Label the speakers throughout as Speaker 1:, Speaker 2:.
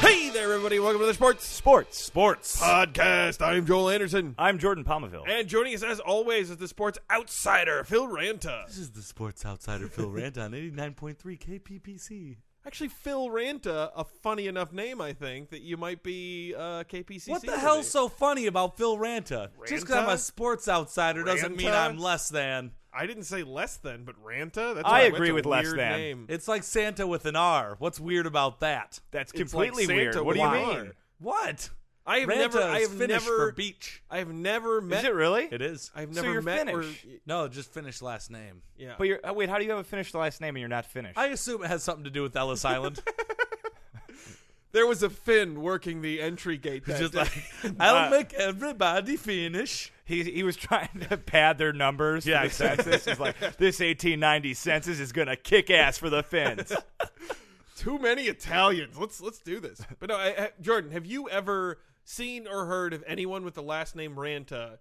Speaker 1: Hey there, everybody. Welcome to the Sports
Speaker 2: Sports. Sports.
Speaker 1: Podcast. I'm Joel Anderson.
Speaker 2: Uh, I'm Jordan Palmaville.
Speaker 1: And joining us, as always, is the sports outsider, Phil Ranta.
Speaker 3: This is the Sports Outsider Phil Rant on 89.3 KPPC.
Speaker 1: Actually, Phil Ranta, a funny enough name, I think, that you might be uh, KPCC.
Speaker 3: What the
Speaker 1: today.
Speaker 3: hell's so funny about Phil Ranta? Just because I'm
Speaker 1: Ranta?
Speaker 3: a sports outsider doesn't mean
Speaker 1: Ranta?
Speaker 3: I'm less than.
Speaker 1: I didn't say less than, but Ranta? That's
Speaker 2: I
Speaker 1: why went
Speaker 2: agree
Speaker 1: to
Speaker 2: with less
Speaker 1: weird
Speaker 2: than.
Speaker 1: Name.
Speaker 3: It's like Santa with an R. What's weird about that?
Speaker 2: That's
Speaker 1: It's like Santa with an R.
Speaker 3: What?
Speaker 1: I have
Speaker 3: Ranta
Speaker 1: never. I
Speaker 3: is
Speaker 1: have
Speaker 3: Finnish
Speaker 1: never.
Speaker 3: for beach.
Speaker 1: I have never met.
Speaker 2: really?
Speaker 3: It is.
Speaker 1: I've
Speaker 2: So
Speaker 1: never
Speaker 2: you're
Speaker 1: met. Or,
Speaker 2: Finnish.
Speaker 3: No, just Finnish last name.
Speaker 1: yeah.
Speaker 2: But you're, oh, wait, how do you have a Finnish last name and you're not Finnish?
Speaker 3: I assume it has something to do with Ellis Island.
Speaker 1: there was a Finn working the entry gate. That
Speaker 3: It's just
Speaker 1: day.
Speaker 3: like I'll make everybody Finnish.
Speaker 2: uh, he, he was trying to pad their numbers
Speaker 3: Yeah,
Speaker 2: for the census. He's like, this 1890 census is going to kick ass for the Finns.
Speaker 1: too many Italians. Let's let's do this. But no, I, I- Jordan, have you ever seen or heard of anyone with the last name Ranta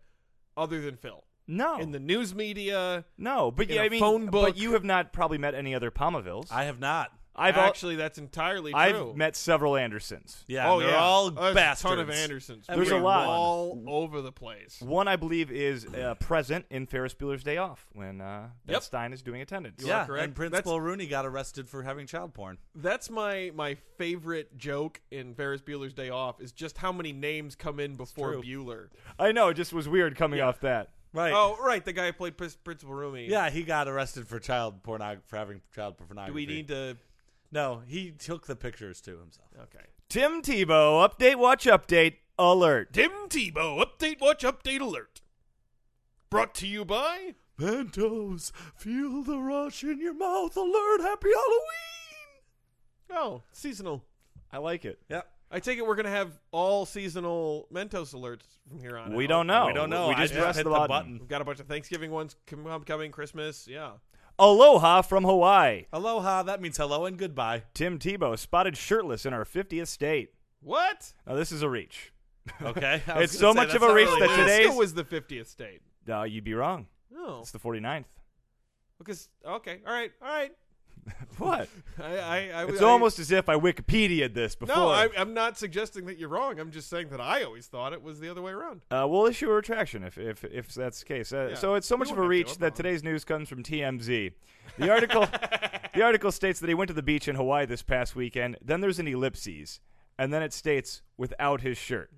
Speaker 1: other than Phil
Speaker 2: no.
Speaker 1: in the news media?
Speaker 2: no, but
Speaker 1: in
Speaker 2: yeah,
Speaker 1: a
Speaker 2: I mean,
Speaker 1: phone book.
Speaker 2: but you have not probably met any other Palmavilles.
Speaker 3: I have not.
Speaker 2: I've al-
Speaker 1: Actually, that's entirely true.
Speaker 2: I've met several Andersons.
Speaker 3: Yeah,
Speaker 1: oh
Speaker 3: they're
Speaker 1: yeah,
Speaker 3: all
Speaker 1: There's
Speaker 3: bastards.
Speaker 1: A ton of Andersons.
Speaker 2: There's
Speaker 1: We're
Speaker 2: a lot.
Speaker 1: all over the place.
Speaker 2: One I believe is uh, present in Ferris Bueller's Day Off when uh, Ben
Speaker 1: Yep.
Speaker 2: Stein is doing attendance.
Speaker 1: You are
Speaker 3: Yeah,
Speaker 1: correct.
Speaker 3: and Principal Rooney got arrested for having child porn.
Speaker 1: That's my my favorite joke in Ferris Bueller's Day Off is just how many names come in before
Speaker 3: true.
Speaker 1: Bueller.
Speaker 2: I know. It just was weird coming off that.
Speaker 3: Right.
Speaker 1: Oh, right, the guy who played Pris- Principal Roomy.
Speaker 3: Yeah, he got arrested for child pornog for having child pornography.
Speaker 1: Do we need to?
Speaker 3: No, he took the pictures to himself.
Speaker 1: Okay.
Speaker 2: Tim Tebow update. Watch update alert.
Speaker 1: Tim Tebow update watch update alert. Brought to you by
Speaker 3: Mentos, feel the rush in your mouth. Alert! Happy Halloween.
Speaker 1: Oh, seasonal.
Speaker 2: I like it.
Speaker 3: Yep.
Speaker 1: I take it we're gonna have all seasonal Mentos alerts from here on.
Speaker 2: We
Speaker 1: out.
Speaker 2: don't know.
Speaker 3: we don't know.
Speaker 2: We
Speaker 3: I
Speaker 2: just pressed
Speaker 3: hit
Speaker 2: the
Speaker 3: the
Speaker 2: button.
Speaker 3: button.
Speaker 1: We've got a bunch of Thanksgiving ones com- coming, Christmas. Yeah,
Speaker 2: Aloha from Hawaii.
Speaker 3: Aloha. That means hello and goodbye.
Speaker 2: Tim Tebow spotted shirtless in our 50th state.
Speaker 1: what?
Speaker 2: Now this is a reach.
Speaker 3: Okay. I was
Speaker 2: It's
Speaker 3: gonna
Speaker 2: so
Speaker 3: say,
Speaker 2: much
Speaker 3: that's
Speaker 2: of a
Speaker 3: not
Speaker 2: reach
Speaker 3: really
Speaker 2: that
Speaker 3: good.
Speaker 1: Alaska
Speaker 2: today's-
Speaker 1: was the fiftieth state.
Speaker 2: Uh, you'd be wrong.
Speaker 1: Oh,
Speaker 2: It's the 49th.
Speaker 1: because okay, all right, all right.
Speaker 2: What?
Speaker 1: I, I, I
Speaker 2: It's
Speaker 1: I-
Speaker 2: almost as if I Wikipedia'd this before.
Speaker 1: No, I, I'm not suggesting that you're wrong. I'm just saying that I always thought it was the other way around.
Speaker 2: Uh, we'll issue a retraction if if, if that's the case. Uh,
Speaker 1: Yeah.
Speaker 2: So it's so
Speaker 1: We
Speaker 2: much of
Speaker 1: won't
Speaker 2: a
Speaker 1: have to, I
Speaker 2: reach that
Speaker 1: promise.
Speaker 2: today's news comes from TMZ. The article the article states that he went to the beach in Hawaii this past weekend. Then there's an ellipses, and then it states without his shirt.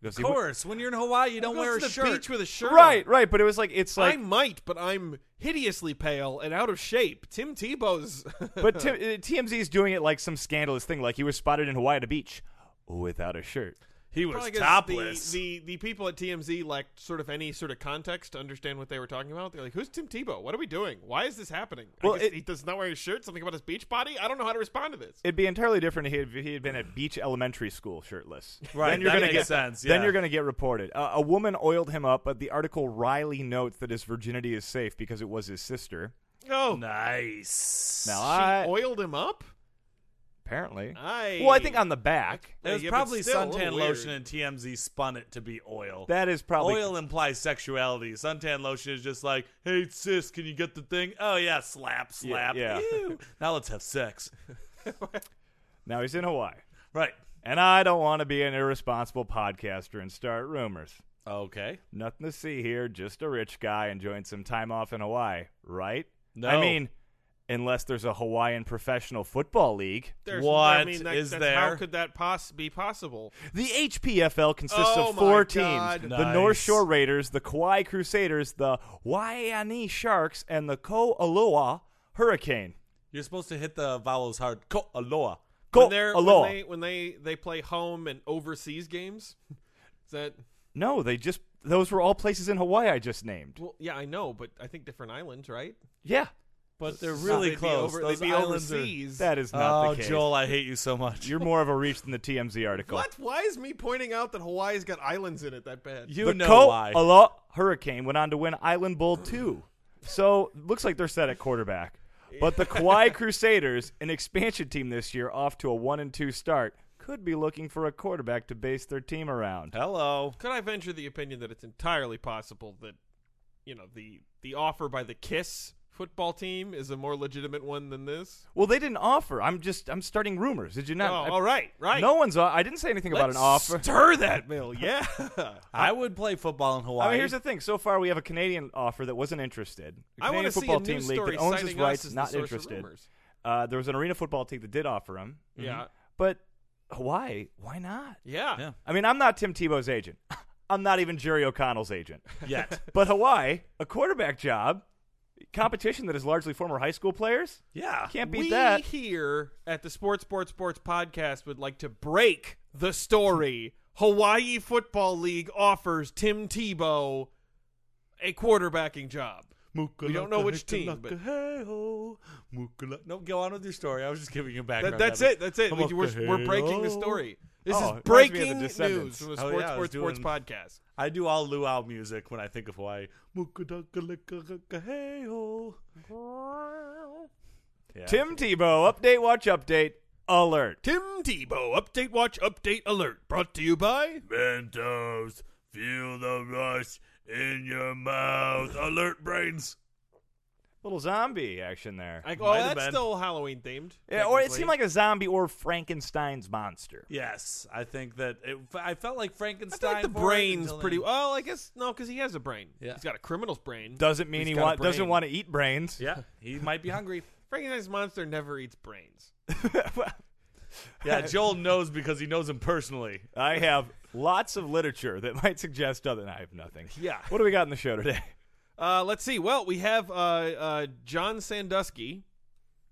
Speaker 2: Because
Speaker 3: Of
Speaker 2: he went-
Speaker 3: course, when you're in Hawaii, you don't
Speaker 1: Go
Speaker 3: wear a
Speaker 1: to the
Speaker 3: shirt.
Speaker 1: beach with a shirt. on.
Speaker 2: right, right. But it was like it's
Speaker 1: I
Speaker 2: like.
Speaker 1: might, but I'm hideously pale and out of shape. Tim Tebow's.
Speaker 2: but Tim, uh, TMZ is doing it like some scandalous thing, like he was spotted in Hawaii at a beach without a shirt.
Speaker 3: he
Speaker 1: Probably
Speaker 3: was
Speaker 1: 'cause
Speaker 3: topless.
Speaker 1: The, the the people at TMZ lacked sort of any sort of context to understand what they were talking about. They're like, "Who's Tim Tebow? What are we doing? Why is this happening? I
Speaker 2: Well,
Speaker 1: guess
Speaker 2: it-
Speaker 1: he does not wear his shirt. Something about his beach body. I don't know how to respond to this.
Speaker 2: It'd be entirely different if he had, if he had been at Beach Elementary School shirtless.
Speaker 3: Right,
Speaker 2: Then you're
Speaker 3: that
Speaker 2: gonna
Speaker 3: makes
Speaker 2: get
Speaker 3: sense,
Speaker 2: Then
Speaker 3: yeah.
Speaker 2: you're going to get reported. Uh, a woman oiled him up, but the article wryly notes that his virginity is safe because it was his sister.
Speaker 1: Oh,
Speaker 3: nice.
Speaker 2: Now
Speaker 1: she
Speaker 2: I
Speaker 1: oiled him up.
Speaker 2: apparently.
Speaker 1: I
Speaker 2: well, I think on the back.
Speaker 3: It was
Speaker 1: Yeah, but
Speaker 3: probably
Speaker 1: still, a little
Speaker 3: suntan
Speaker 1: weird.
Speaker 3: lotion and TMZ spun it to be oil.
Speaker 2: That is probably
Speaker 3: Oil implies sexuality. Suntan lotion is just like, hey sis, can you get the thing? Oh yeah, slap, slap.
Speaker 2: yeah.
Speaker 3: Ew. now let's have sex.
Speaker 2: Now he's in Hawaii.
Speaker 3: Right.
Speaker 2: And I don't want to be an irresponsible podcaster and start rumors.
Speaker 3: Okay.
Speaker 2: Nothing to see here, just a rich guy enjoying some time off in Hawaii, right?
Speaker 3: No.
Speaker 2: I mean, unless there's a Hawaiian professional football league.
Speaker 1: There's, I
Speaker 3: What
Speaker 1: mean, that,
Speaker 3: is
Speaker 1: that's, How
Speaker 3: there?
Speaker 1: could that pos- be possible?
Speaker 2: The HPFL consists
Speaker 1: Oh
Speaker 2: of four
Speaker 1: my
Speaker 2: teams:
Speaker 1: God.
Speaker 2: the
Speaker 3: Nice.
Speaker 2: North Shore Raiders, the Kauai Crusaders, the Waianae Sharks, and the Ko'aloa Hurricane.
Speaker 3: You're supposed to hit the vowels hard. Ko'aloa.
Speaker 1: when, they're,
Speaker 2: Ko'aloa.
Speaker 1: when they when they they play home and overseas games, is that
Speaker 2: no, they just those were all places in Hawaii I just named.
Speaker 1: well? Yeah, I know, but I think different islands, right?
Speaker 2: Yeah,
Speaker 3: But they're
Speaker 1: So
Speaker 3: really
Speaker 1: they'd be
Speaker 3: close.
Speaker 1: over-
Speaker 3: Those
Speaker 1: they'd be
Speaker 3: islands
Speaker 1: overseas.
Speaker 2: That is
Speaker 3: are.
Speaker 2: not
Speaker 3: oh,
Speaker 2: the case.
Speaker 3: Joel, I hate you so much.
Speaker 2: You're more of a reach than the TMZ article.
Speaker 1: What? Why is me pointing out that Hawaii's got islands in it that bad?
Speaker 3: you
Speaker 2: The
Speaker 3: know why?
Speaker 2: Ko'ala hurricane went on to win Island Bowl 2. So, looks like they're set at quarterback. But the Kauai Crusaders, an expansion team this year off to a 1 and 2 start, could be looking for a quarterback to base their team around.
Speaker 3: Hello.
Speaker 1: Could I venture the opinion that it's entirely possible that, you know, the the offer by the Kiss football team is a more legitimate one than this?
Speaker 2: Well, they didn't offer. I'm just I'm starting rumors. Did you not?
Speaker 1: oh,
Speaker 2: I-
Speaker 1: all right, right.
Speaker 2: No one's o- I didn't say anything about an
Speaker 1: Let's
Speaker 2: offer.
Speaker 1: Stir that mill, yeah.
Speaker 3: Mm-hmm. I would play football in Hawaii.
Speaker 2: I mean, here's the thing. So far, we have a Canadian offer that wasn't interested. A
Speaker 1: I
Speaker 2: Canadian
Speaker 1: want to see a
Speaker 2: football team
Speaker 1: news
Speaker 2: league
Speaker 1: story
Speaker 2: that owns
Speaker 1: citing
Speaker 2: his
Speaker 1: us
Speaker 2: rights
Speaker 1: as
Speaker 2: is
Speaker 1: the
Speaker 2: not
Speaker 1: source of
Speaker 2: interested.
Speaker 1: rumors.
Speaker 2: Uh, there was an arena football team that did offer him,
Speaker 1: Yeah,
Speaker 2: but Hawaii, why not?
Speaker 1: yeah,
Speaker 3: Yeah.
Speaker 2: I mean, I'm not Tim Tebow's agent. I'm not even Jerry O'Connell's agent.
Speaker 3: Yet.
Speaker 2: But Hawaii, a quarterback job, competition that is largely former high school players,
Speaker 3: yeah.
Speaker 2: can't beat
Speaker 1: we
Speaker 2: that.
Speaker 1: here at the Sports Sports Sports podcast would like to break the story. Hawaii Football League offers Tim Tebow a quarterbacking job. We don't know which team, but-
Speaker 3: Mukala. No, go on with your story. I was just giving you background.
Speaker 1: That, that's
Speaker 3: of
Speaker 1: it. That's it. We, we're, we're breaking the story. This
Speaker 2: Oh,
Speaker 1: is
Speaker 2: it reminds me
Speaker 1: breaking news
Speaker 2: of The
Speaker 1: from the
Speaker 2: Descendants.
Speaker 1: Sports
Speaker 3: Oh, yeah, I was
Speaker 1: Sports Sports
Speaker 3: doing-
Speaker 1: podcast.
Speaker 3: I do all luau music when I think of Hawaii. Mukadakalikakaheho. Yeah.
Speaker 2: Tim Tebow, update, watch, update, alert.
Speaker 1: Tim Tebow update watch update alert brought to you by
Speaker 3: Mentos, feel the rush in your mouth. Alert brains.
Speaker 2: Little zombie action there.
Speaker 1: like
Speaker 3: Might
Speaker 1: oh
Speaker 3: have
Speaker 1: that's
Speaker 3: been.
Speaker 1: still Halloween themed.
Speaker 2: Yeah, or it
Speaker 1: technically.
Speaker 2: seemed like a zombie or Frankenstein's monster.
Speaker 3: Yes, I think that it, I felt like
Speaker 1: I
Speaker 3: Frankenstein.
Speaker 1: feel like
Speaker 3: for
Speaker 1: the
Speaker 3: it
Speaker 1: brain's
Speaker 3: until
Speaker 1: pretty
Speaker 3: then.
Speaker 1: well. I guess no, because he has a brain.
Speaker 3: Yeah.
Speaker 1: he's got a criminal's brain.
Speaker 2: Doesn't mean
Speaker 1: He's
Speaker 2: he
Speaker 1: got a
Speaker 2: wa- doesn't
Speaker 1: brain.
Speaker 2: want to eat brains.
Speaker 3: Yeah, he might be hungry.
Speaker 1: Frankenstein's monster never eats brains.
Speaker 2: Well,
Speaker 3: Yeah, Joel knows because he knows him personally.
Speaker 2: I have lots of literature that might suggest other. I have nothing.
Speaker 1: Yeah.
Speaker 2: What do we got in the show today?
Speaker 1: Uh, let's see. Well, we have uh, uh, John Sandusky.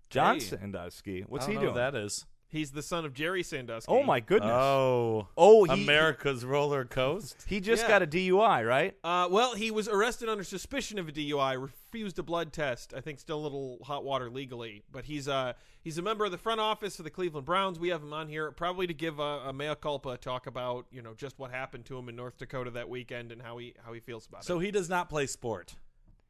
Speaker 2: John
Speaker 1: Hey.
Speaker 2: Sandusky. What's
Speaker 3: I
Speaker 2: he
Speaker 3: don't
Speaker 2: doing?
Speaker 3: know who That is.
Speaker 1: He's the son of Jerry Sandusky.
Speaker 2: Oh my goodness.
Speaker 3: Oh,
Speaker 2: oh, he,
Speaker 3: America's roller coast.
Speaker 2: He just
Speaker 1: Yeah.
Speaker 2: got a DUI, right?
Speaker 1: Uh, well, he was arrested under suspicion of a DUI, refused a blood test. I think still a little hot water legally, but he's uh, he's a member of the front office for the Cleveland Browns. We have him on here probably to give a, a mea culpa talk about you know just what happened to him in North Dakota that weekend and how he how he feels about
Speaker 3: So he does not play sport.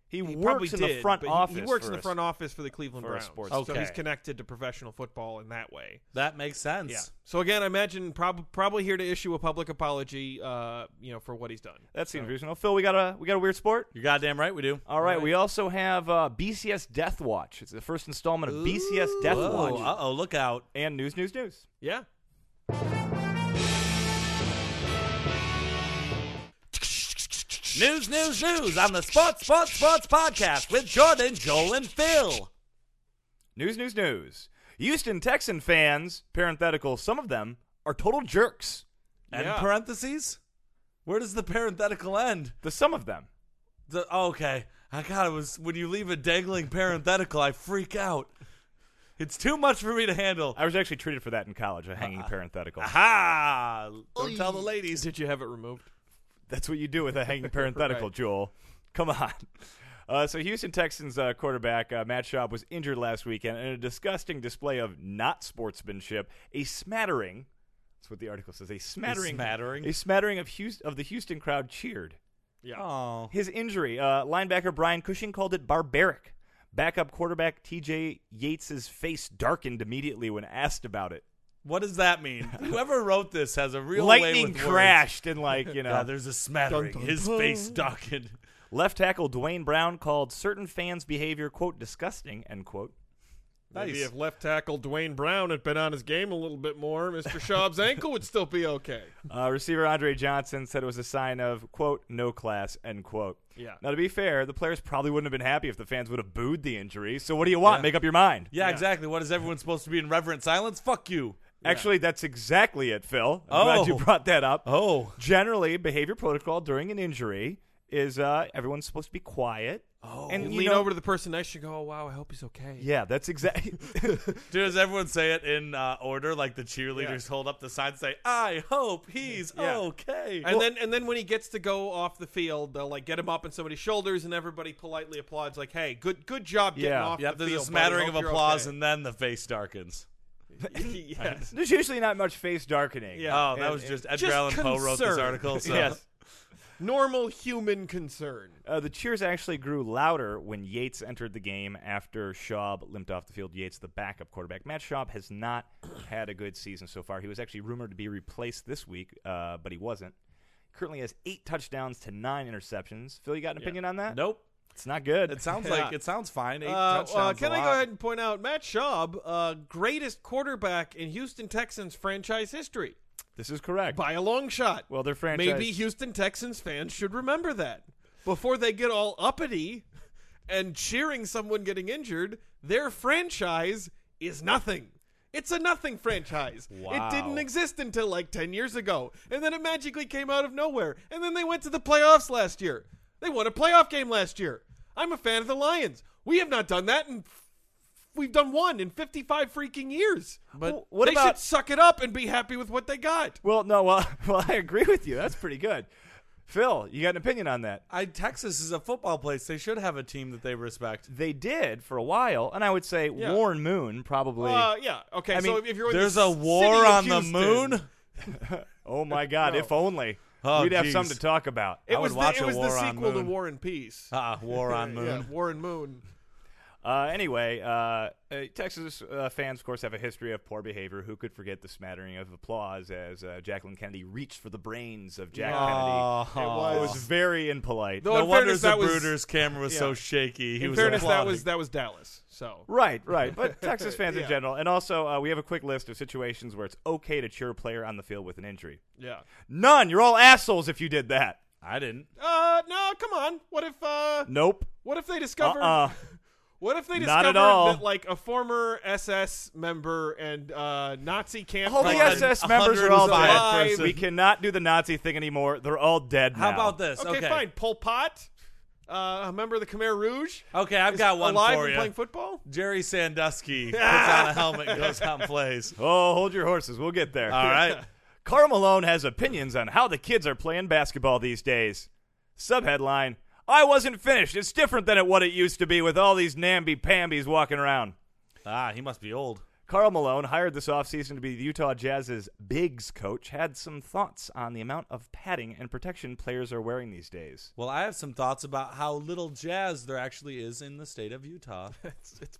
Speaker 2: He,
Speaker 1: it. He probably
Speaker 2: works in
Speaker 1: did,
Speaker 2: the front
Speaker 1: but he-
Speaker 2: office.
Speaker 1: He, works
Speaker 2: for
Speaker 1: in the
Speaker 2: us.
Speaker 1: front office for the Cleveland
Speaker 2: for a
Speaker 1: Browns,
Speaker 2: sports
Speaker 1: so
Speaker 3: Okay.
Speaker 1: he's connected to professional football in that way.
Speaker 3: That makes sense.
Speaker 1: Yeah. So again, I imagine prob- probably here to issue a public apology, uh, you know, for what he's done.
Speaker 2: That seems reasonable. Phil, we got a we got a weird sport.
Speaker 3: You're goddamn right we do.
Speaker 2: All right, we also have uh, BCS Death Watch. It's the first installment of BCS Death
Speaker 3: Oh,
Speaker 2: Watch
Speaker 3: uh oh, look out.
Speaker 2: and news, news, news.
Speaker 1: Yeah.
Speaker 3: News, news, news on the Sports, Sports, Sports podcast with Jordan, Joel, and Phil.
Speaker 2: News, news, news. Houston Texan fans, parenthetical, some of them are total jerks.
Speaker 3: And
Speaker 1: Yeah.
Speaker 3: parentheses? Where does the parenthetical end?
Speaker 2: The some of them.
Speaker 3: The, oh, okay. I God, it was when you leave a dangling parenthetical, I freak out. It's too much for me to handle.
Speaker 2: I was actually treated for that in college, a hanging
Speaker 1: Uh-uh.
Speaker 2: parenthetical.
Speaker 3: Aha! Don't tell the ladies.
Speaker 1: Did you have it removed?
Speaker 2: That's what you do with a hanging parenthetical,
Speaker 1: Right.
Speaker 2: Joel. Come on. Uh, so, Houston Texans uh, quarterback uh, Matt Schaub was injured last weekend in a disgusting display of not sportsmanship, a smattering. That's what the article says. A smattering,
Speaker 3: smattering?
Speaker 2: a smattering of Houston, of the Houston crowd cheered.
Speaker 1: Yeah.
Speaker 3: Oh.
Speaker 2: His injury, uh, linebacker Brian Cushing called it barbaric. Backup quarterback TJ Yates' face darkened immediately when asked about it.
Speaker 3: What does that mean? Whoever wrote this has a real way
Speaker 2: Lightning
Speaker 3: with Words.
Speaker 2: crashed and like, you know.
Speaker 3: Yeah, there's a smattering.
Speaker 1: Dun, dun,
Speaker 3: His
Speaker 1: dun.
Speaker 3: face darkened.
Speaker 2: Left tackle Dwayne Brown called certain fans' behavior, quote, disgusting, end quote.
Speaker 1: Maybe
Speaker 3: Nice.
Speaker 1: if left tackle Dwayne Brown had been on his game a little bit more, Mr. Schaub's ankle would still be okay.
Speaker 2: Uh, receiver Andre Johnson said it was a sign of, quote, no class, end quote.
Speaker 1: Yeah.
Speaker 2: Now, to be fair, the players probably wouldn't have been happy if the fans would have booed the injury. So, what do you want?
Speaker 3: Yeah.
Speaker 2: Make up your mind.
Speaker 3: Yeah, exactly. What is everyone supposed to be in reverent silence? Fuck you.
Speaker 2: Actually, that's exactly it, Phil. I'm glad you
Speaker 3: Oh.
Speaker 2: brought that up.
Speaker 3: Oh.
Speaker 2: Generally, behavior protocol during an injury is uh, everyone's supposed to be quiet.
Speaker 3: Oh.
Speaker 2: And
Speaker 1: You
Speaker 2: you
Speaker 1: lean
Speaker 2: know-
Speaker 1: over to the person next to you and go, oh, wow, I hope he's okay.
Speaker 2: Yeah, that's exactly.
Speaker 3: Does everyone say it in uh, order? Like the cheerleaders hold up the sign and say, I hope he's
Speaker 2: Yeah.
Speaker 3: okay.
Speaker 1: And then and then when he gets to go off the field, they'll like get him up on somebody's shoulders and everybody politely applauds like, "Hey, good good job getting
Speaker 2: Yeah.
Speaker 1: off
Speaker 3: yep,
Speaker 1: the
Speaker 3: there's
Speaker 1: field."
Speaker 3: a smattering of
Speaker 1: buddy. Hope you're
Speaker 3: applause,
Speaker 1: okay."
Speaker 3: and then the face darkens.
Speaker 1: yes.
Speaker 2: There's usually not much face darkening.
Speaker 1: Yeah.
Speaker 3: Oh, that
Speaker 2: And-
Speaker 3: was just
Speaker 1: Just
Speaker 3: Edgar Allan Poe wrote this
Speaker 1: concern.
Speaker 3: article. So.
Speaker 1: Yes. Normal human concern.
Speaker 2: Uh, the cheers actually grew louder when Yates entered the game after Schaub limped off the field. Yates, the backup quarterback. Matt Schaub has not had a good season so far. He was actually rumored to be replaced this week, uh, but he wasn't. Currently has eight touchdowns to nine interceptions. Phil, you got an opinion on that?
Speaker 3: Nope.
Speaker 2: It's not good.
Speaker 3: It sounds
Speaker 1: Yeah.
Speaker 3: like it sounds fine. Eight
Speaker 1: Uh, uh,
Speaker 3: touchdowns.
Speaker 1: can
Speaker 3: a
Speaker 1: I go
Speaker 3: lot.
Speaker 1: ahead and point out Matt Schaub, uh, greatest quarterback in Houston Texans franchise history
Speaker 2: this is correct.
Speaker 1: by a long shot.
Speaker 2: Well, their franchise.
Speaker 1: Maybe Houston Texans fans should remember that before they get all uppity and cheering someone getting injured. Their franchise is nothing. It's a nothing franchise.
Speaker 3: Wow.
Speaker 1: It didn't exist until like 10 years ago. And then it magically came out of nowhere. And then they went to the playoffs last year. They won a playoff game last year. I'm a fan of the Lions. We have not done that in we've done one in 55 freaking years.
Speaker 2: But
Speaker 1: Well,
Speaker 2: what
Speaker 1: they should
Speaker 2: about-
Speaker 1: suck it up and be happy with what they got.
Speaker 2: Well, no. Well, well, I agree with you. That's pretty good. Phil, you got an opinion on that?
Speaker 3: I Texas is a football place. They should have a team that they respect.
Speaker 2: They did for a while, and I would say
Speaker 1: Yeah.
Speaker 2: Warren Moon probably.
Speaker 1: Uh, yeah. Okay.
Speaker 2: I
Speaker 1: so
Speaker 2: mean,
Speaker 1: if- if you're in
Speaker 3: There's
Speaker 1: the
Speaker 3: a war
Speaker 1: city of
Speaker 3: on the
Speaker 1: Houston,
Speaker 3: moon.
Speaker 2: oh my God!
Speaker 1: No.
Speaker 2: If only
Speaker 3: Oh,
Speaker 2: we'd have
Speaker 3: geez.
Speaker 2: something to talk about.
Speaker 1: It
Speaker 3: I
Speaker 1: was
Speaker 3: would watch
Speaker 1: the, it
Speaker 3: a
Speaker 1: was
Speaker 3: war
Speaker 1: the
Speaker 3: on
Speaker 1: sequel to
Speaker 3: moon.
Speaker 1: War and Peace.
Speaker 3: Ah, war on moon.
Speaker 1: Yeah, War and Moon.
Speaker 2: Uh, anyway, uh, uh, Texas uh, fans, of course, have a history of poor behavior. Who could forget the smattering of applause as uh, Jacqueline Kennedy reached for the brains of Jack Kennedy?
Speaker 1: It
Speaker 2: It was very impolite.
Speaker 1: Though
Speaker 3: No
Speaker 1: in
Speaker 3: Ah. wonder
Speaker 1: fairness,
Speaker 3: the
Speaker 1: that was-
Speaker 3: Brooders' camera was so
Speaker 1: yeah.
Speaker 3: shaky. He
Speaker 1: In
Speaker 3: was
Speaker 1: fairness, that
Speaker 3: applauding.
Speaker 1: was that was Dallas. So
Speaker 2: Right, right. But Texas fans
Speaker 1: Yeah.
Speaker 2: in general. And also, uh, we have a quick list of situations where it's okay to cheer a player on the field with an injury.
Speaker 1: yeah.
Speaker 2: None. You're all assholes if you did that.
Speaker 3: I didn't.
Speaker 1: Uh no, come on. What if uh
Speaker 2: Nope.
Speaker 1: what if they
Speaker 2: Uh
Speaker 1: discover
Speaker 2: uh
Speaker 3: Uh-uh.
Speaker 1: what if they
Speaker 2: Not
Speaker 1: discovered
Speaker 2: at all.
Speaker 1: that like a former SS member and uh Nazi camp
Speaker 2: All the
Speaker 3: Like
Speaker 1: leader-
Speaker 3: an
Speaker 2: SS members are all
Speaker 3: 105
Speaker 2: dead.
Speaker 3: person.
Speaker 2: We cannot do the Nazi thing anymore. They're all dead
Speaker 3: How
Speaker 2: now.
Speaker 3: about this?
Speaker 1: Okay, fine. Pol Pot, uh, a member of the Khmer Rouge.
Speaker 3: Okay, I've
Speaker 1: is
Speaker 3: got one
Speaker 1: alive
Speaker 3: for
Speaker 1: and
Speaker 3: you.
Speaker 1: playing football.
Speaker 3: Jerry Sandusky puts on a helmet and goes out and plays.
Speaker 2: Oh, hold your horses. We'll get there.
Speaker 3: All right.
Speaker 2: Carl Malone has opinions on how the kids are playing basketball these days. Subheadline I wasn't finished. It's different than it, what it used to be with all these namby pambies walking around.
Speaker 3: Ah, he must be old.
Speaker 2: Carl Malone, hired this offseason to be the Utah Jazz's bigs coach, had some thoughts on the amount of padding and protection players are wearing these days.
Speaker 3: Well, I have some thoughts about how little jazz there actually is in the state of Utah.
Speaker 1: It's, it's,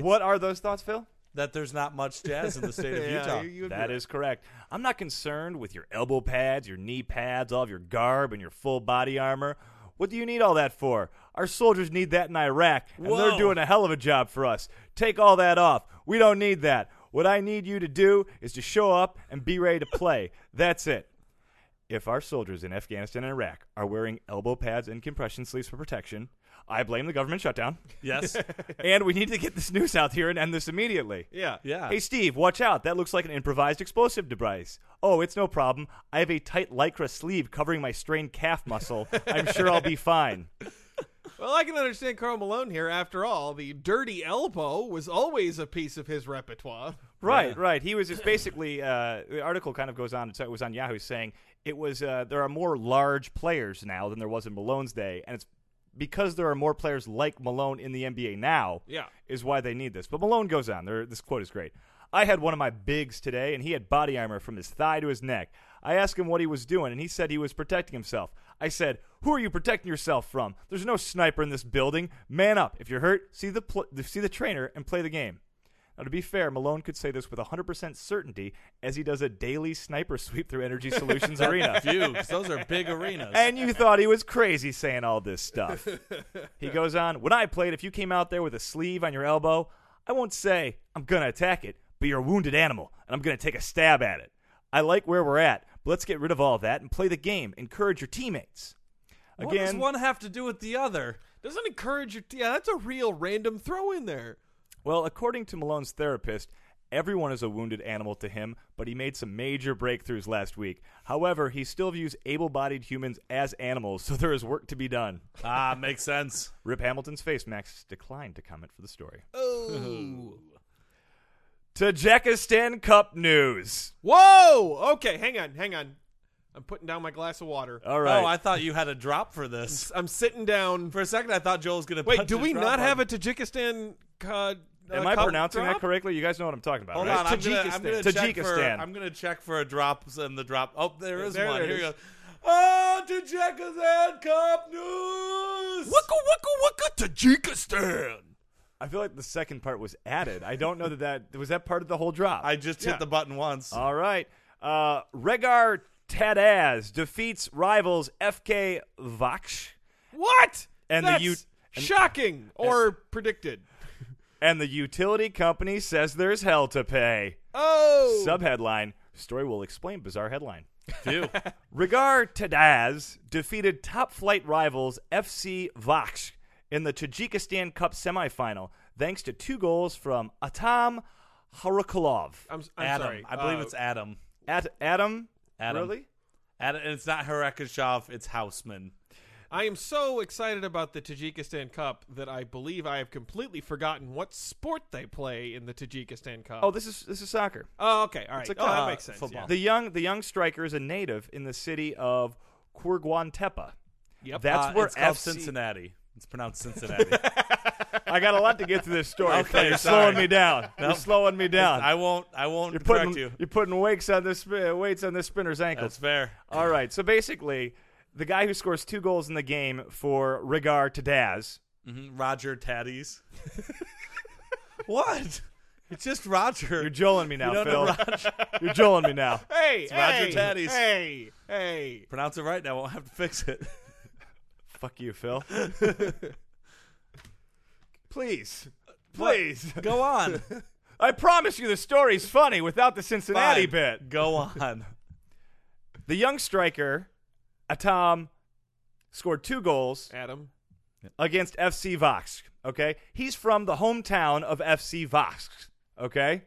Speaker 2: what are those thoughts, Phil?
Speaker 3: that there's not much jazz in the state of
Speaker 1: yeah,
Speaker 3: Utah.
Speaker 1: you- you
Speaker 2: That
Speaker 1: admit
Speaker 2: is correct. I'm not concerned with your elbow pads, your knee pads, all of your garb, and your full body armor. What do you need all that for? Our soldiers need that in Iraq, and
Speaker 3: Whoa.
Speaker 2: they're doing a hell of a job for us. Take all that off. We don't need that. What I need you to do is to show up and be ready to play. That's it. If our soldiers in Afghanistan and Iraq are wearing elbow pads and compression sleeves for protection, I blame the government shutdown.
Speaker 3: yes.
Speaker 2: and we need to get this news out here and end this immediately.
Speaker 1: it. yeah,
Speaker 3: Yeah.
Speaker 2: Hey, Steve, watch out. That looks like an improvised explosive device. Oh, it's no problem. I have a tight lycra sleeve covering my strained calf muscle. I'm sure I'll be fine.
Speaker 1: Well, I can understand Carl Malone here. After all, the dirty elbow was always a piece of his repertoire.
Speaker 2: Right,
Speaker 3: Yeah.
Speaker 2: right. He was just basically, uh, the article kind of goes on, so it was on Yahoo saying it was, uh, there are more large players now than there was in Malone's day. And it's because there are more players like Malone in the NBA now.
Speaker 1: Yeah.
Speaker 2: is why they need this. But Malone goes on. There, this quote is great. I had one of my bigs today, and he had body armor from his thigh to his neck. I asked him what he was doing, and he said he was protecting himself. I said, "Who are you protecting yourself from? There's no sniper in this building. Man up. If you're hurt, see the pl- see the trainer and play the game." Now, to be fair, Malone could say this with 100% certainty, as he does a daily sniper sweep through Energy Solutions Arena.
Speaker 3: Phew, 'cause those are big arenas.
Speaker 2: And you thought he was crazy saying all this stuff. he goes on, When I played, if you came out there with a sleeve on your elbow, I won't say, I'm going to attack it, but you're a wounded animal, and I'm going to take a stab at it. I like where we're at, but let's get rid of all that and play the game. Encourage your teammates.
Speaker 3: what does
Speaker 2: Again,
Speaker 3: one have to do with the other?
Speaker 1: Doesn't encourage your. yeah, that's a real random throw in there.
Speaker 2: well, according to Malone's therapist, Everyone is a wounded animal to him, but he made some major breakthroughs last week. However, he still views able bodied humans as animals, so there is work to be done.
Speaker 3: Ah, makes sense.
Speaker 2: Rip Hamilton's face Max declined to comment for the story.
Speaker 1: Oh.
Speaker 2: Tajikistan Cup news.
Speaker 1: Whoa! Okay, hang on, hang on. I'm putting down my glass of water.
Speaker 2: All right.
Speaker 3: Oh, I thought you had a drop for this.
Speaker 1: I'm sitting down.
Speaker 3: For a second, I thought Joel was gonna.
Speaker 1: Wait,
Speaker 3: punch
Speaker 1: do
Speaker 3: his
Speaker 1: we
Speaker 3: drop
Speaker 1: not
Speaker 3: on-
Speaker 1: have a Tajikistan? Uh,
Speaker 2: Am
Speaker 1: uh,
Speaker 2: I
Speaker 1: cup
Speaker 2: pronouncing
Speaker 1: drop?
Speaker 2: that correctly? You guys know what I'm talking about,
Speaker 3: Hold
Speaker 2: right?
Speaker 3: on, I'm gonna, I'm gonna check for.
Speaker 2: Tajikistan.
Speaker 3: I'm gonna check for a drop and the drop. Oh, there is
Speaker 1: There
Speaker 3: one.
Speaker 1: it
Speaker 3: Here we
Speaker 1: is.
Speaker 3: go. Oh, Tajikistan Cup news.
Speaker 1: wicka Tajikistan.
Speaker 2: I feel like the second part was added. I don't know that that was that part of the whole drop.
Speaker 3: I just
Speaker 1: Yeah.
Speaker 3: hit the button once.
Speaker 2: All right. Uh, Regar Tadaz defeats rivals FK Vaksh
Speaker 1: What?
Speaker 2: And the
Speaker 1: That's
Speaker 2: U- and-
Speaker 1: shocking or predicted.
Speaker 2: and the utility company says there's hell to pay.
Speaker 1: Oh.
Speaker 2: Subheadline Story will explain bizarre headline. Regar Tadaz defeated top flight rivals FC Vaksh in the Tajikistan Cup semifinal thanks to two goals from Atam Harakulov.
Speaker 1: I'm, s- I'm
Speaker 3: Adam.
Speaker 1: sorry.
Speaker 3: I believe
Speaker 1: Uh,
Speaker 3: it's Adam.
Speaker 2: At Adam,
Speaker 3: Adam.
Speaker 2: Really?
Speaker 3: Adam, and it's not Harakashov. It's Houseman.
Speaker 1: I am so excited about the Tajikistan Cup that I believe I have completely forgotten what sport they play in the Tajikistan Cup.
Speaker 2: Oh, this is this is soccer.
Speaker 1: Oh, okay. All right.
Speaker 2: a
Speaker 1: oh, that
Speaker 2: cup.
Speaker 1: makes sense.
Speaker 3: Football.
Speaker 2: The young the young striker is a native in the city of Kurguantepa.
Speaker 1: Yep.
Speaker 2: That's
Speaker 3: Uh,
Speaker 2: where
Speaker 3: it's called
Speaker 2: FC
Speaker 3: Cincinnati. It's pronounced Cincinnati.
Speaker 2: I got a lot to get through this story.
Speaker 3: Okay,
Speaker 2: Clay. you're
Speaker 3: sorry.
Speaker 2: slowing me down. You're slowing me down.
Speaker 3: I won't. I won't
Speaker 2: you're
Speaker 3: correct
Speaker 2: putting
Speaker 3: you.
Speaker 2: are putting weights on this uh, weights on this spinner's
Speaker 3: That's
Speaker 2: ankles.
Speaker 3: fair.
Speaker 2: All right. So basically, the guy who scores two goals in the game for Rigar Tadaz.
Speaker 3: Mhm, Roger Taddies. what? It's just Roger.
Speaker 2: You're joling me now,
Speaker 3: don't
Speaker 2: Phil.
Speaker 3: know
Speaker 2: You're joling me now.
Speaker 1: Hey,
Speaker 3: Roger
Speaker 1: hey,
Speaker 3: Taddy's.
Speaker 1: Hey, hey.
Speaker 3: Pronounce it right now. I won't have to fix it.
Speaker 2: Fuck you, Phil. Please. Please.
Speaker 3: Go on.
Speaker 2: I promise you the story's funny without the Cincinnati
Speaker 3: Fine.
Speaker 2: bit.
Speaker 3: Go on.
Speaker 2: The young striker, Atam, scored two goals
Speaker 1: Adam.
Speaker 2: against FC Vox. Okay, he's from the hometown of FC Vox. Okay,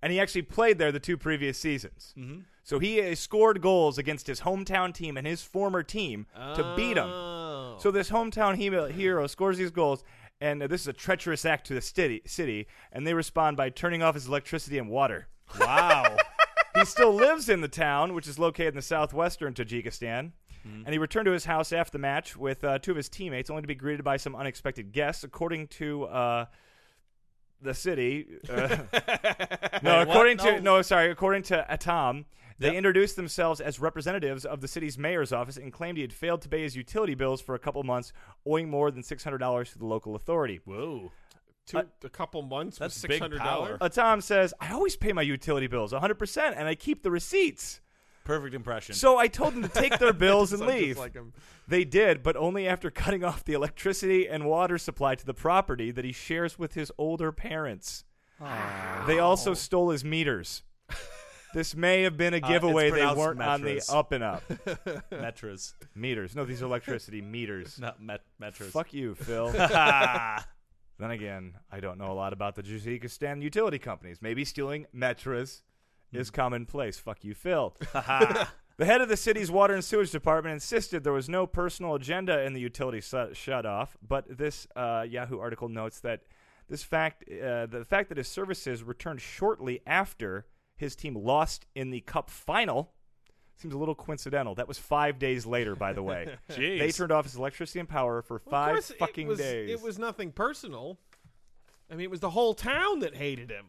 Speaker 2: and he actually played there the two previous seasons. Mm-hmm. So he uh, scored goals against his hometown team and his former team to beat him.
Speaker 1: Oh.
Speaker 2: So this hometown he- uh, hero scores these goals, and uh, this is a treacherous act to the city. City, and they respond by turning off his electricity and water. Wow. he still lives in the town, which is located in the southwestern Tajikistan.
Speaker 3: Mm-hmm.
Speaker 2: And he returned to his house after the match with uh, two of his teammates, only to be greeted by some unexpected guests, according to. Uh, the city. uh, no,
Speaker 3: Wait, what?
Speaker 2: according
Speaker 3: No.
Speaker 2: to no, sorry, according to Atam, they
Speaker 3: Yep.
Speaker 2: introduced themselves as representatives of the city's mayor's office and claimed he had failed to pay his utility bills for a couple months, owing more than six hundred dollars to the local authority.
Speaker 3: Whoa.
Speaker 1: Two, a couple months
Speaker 3: That's
Speaker 1: with
Speaker 3: big power.
Speaker 1: $600.
Speaker 2: Atam says, "I always pay my utility bills, one hundred percent, and I keep the receipts."
Speaker 3: Perfect impression.
Speaker 2: So I told them to take their bills and
Speaker 1: Sounds just
Speaker 2: leave.
Speaker 1: Like him.
Speaker 2: They did, but only after cutting off the electricity and water supply to the property that he shares with his older parents. They also stole his meters. this may have been a
Speaker 3: it's
Speaker 2: giveaway. they
Speaker 3: pronounced
Speaker 2: weren't on the
Speaker 3: metras.
Speaker 2: up and up.
Speaker 3: metras,
Speaker 2: meters. No, these are electricity meters.
Speaker 3: not met metras.
Speaker 2: Fuck you, Phil. then again, I don't know a lot about the Tajikistan utility companies. Maybe stealing metras is commonplace. Fuck you, Phil. the head of the city's water and sewage department insisted there was no personal agenda in the utility su- shutoff, but this uh, Yahoo article notes that this fact, uh, the fact that his services returned shortly after his team lost in the cup final. Seems a little coincidental. That was five days later, by the way.
Speaker 3: Jeez.
Speaker 2: They turned off his electricity and power for
Speaker 1: Well, of
Speaker 2: five
Speaker 1: course,
Speaker 2: fucking
Speaker 1: it was,
Speaker 2: days.
Speaker 1: It was nothing personal. I mean, it was the whole town that hated him.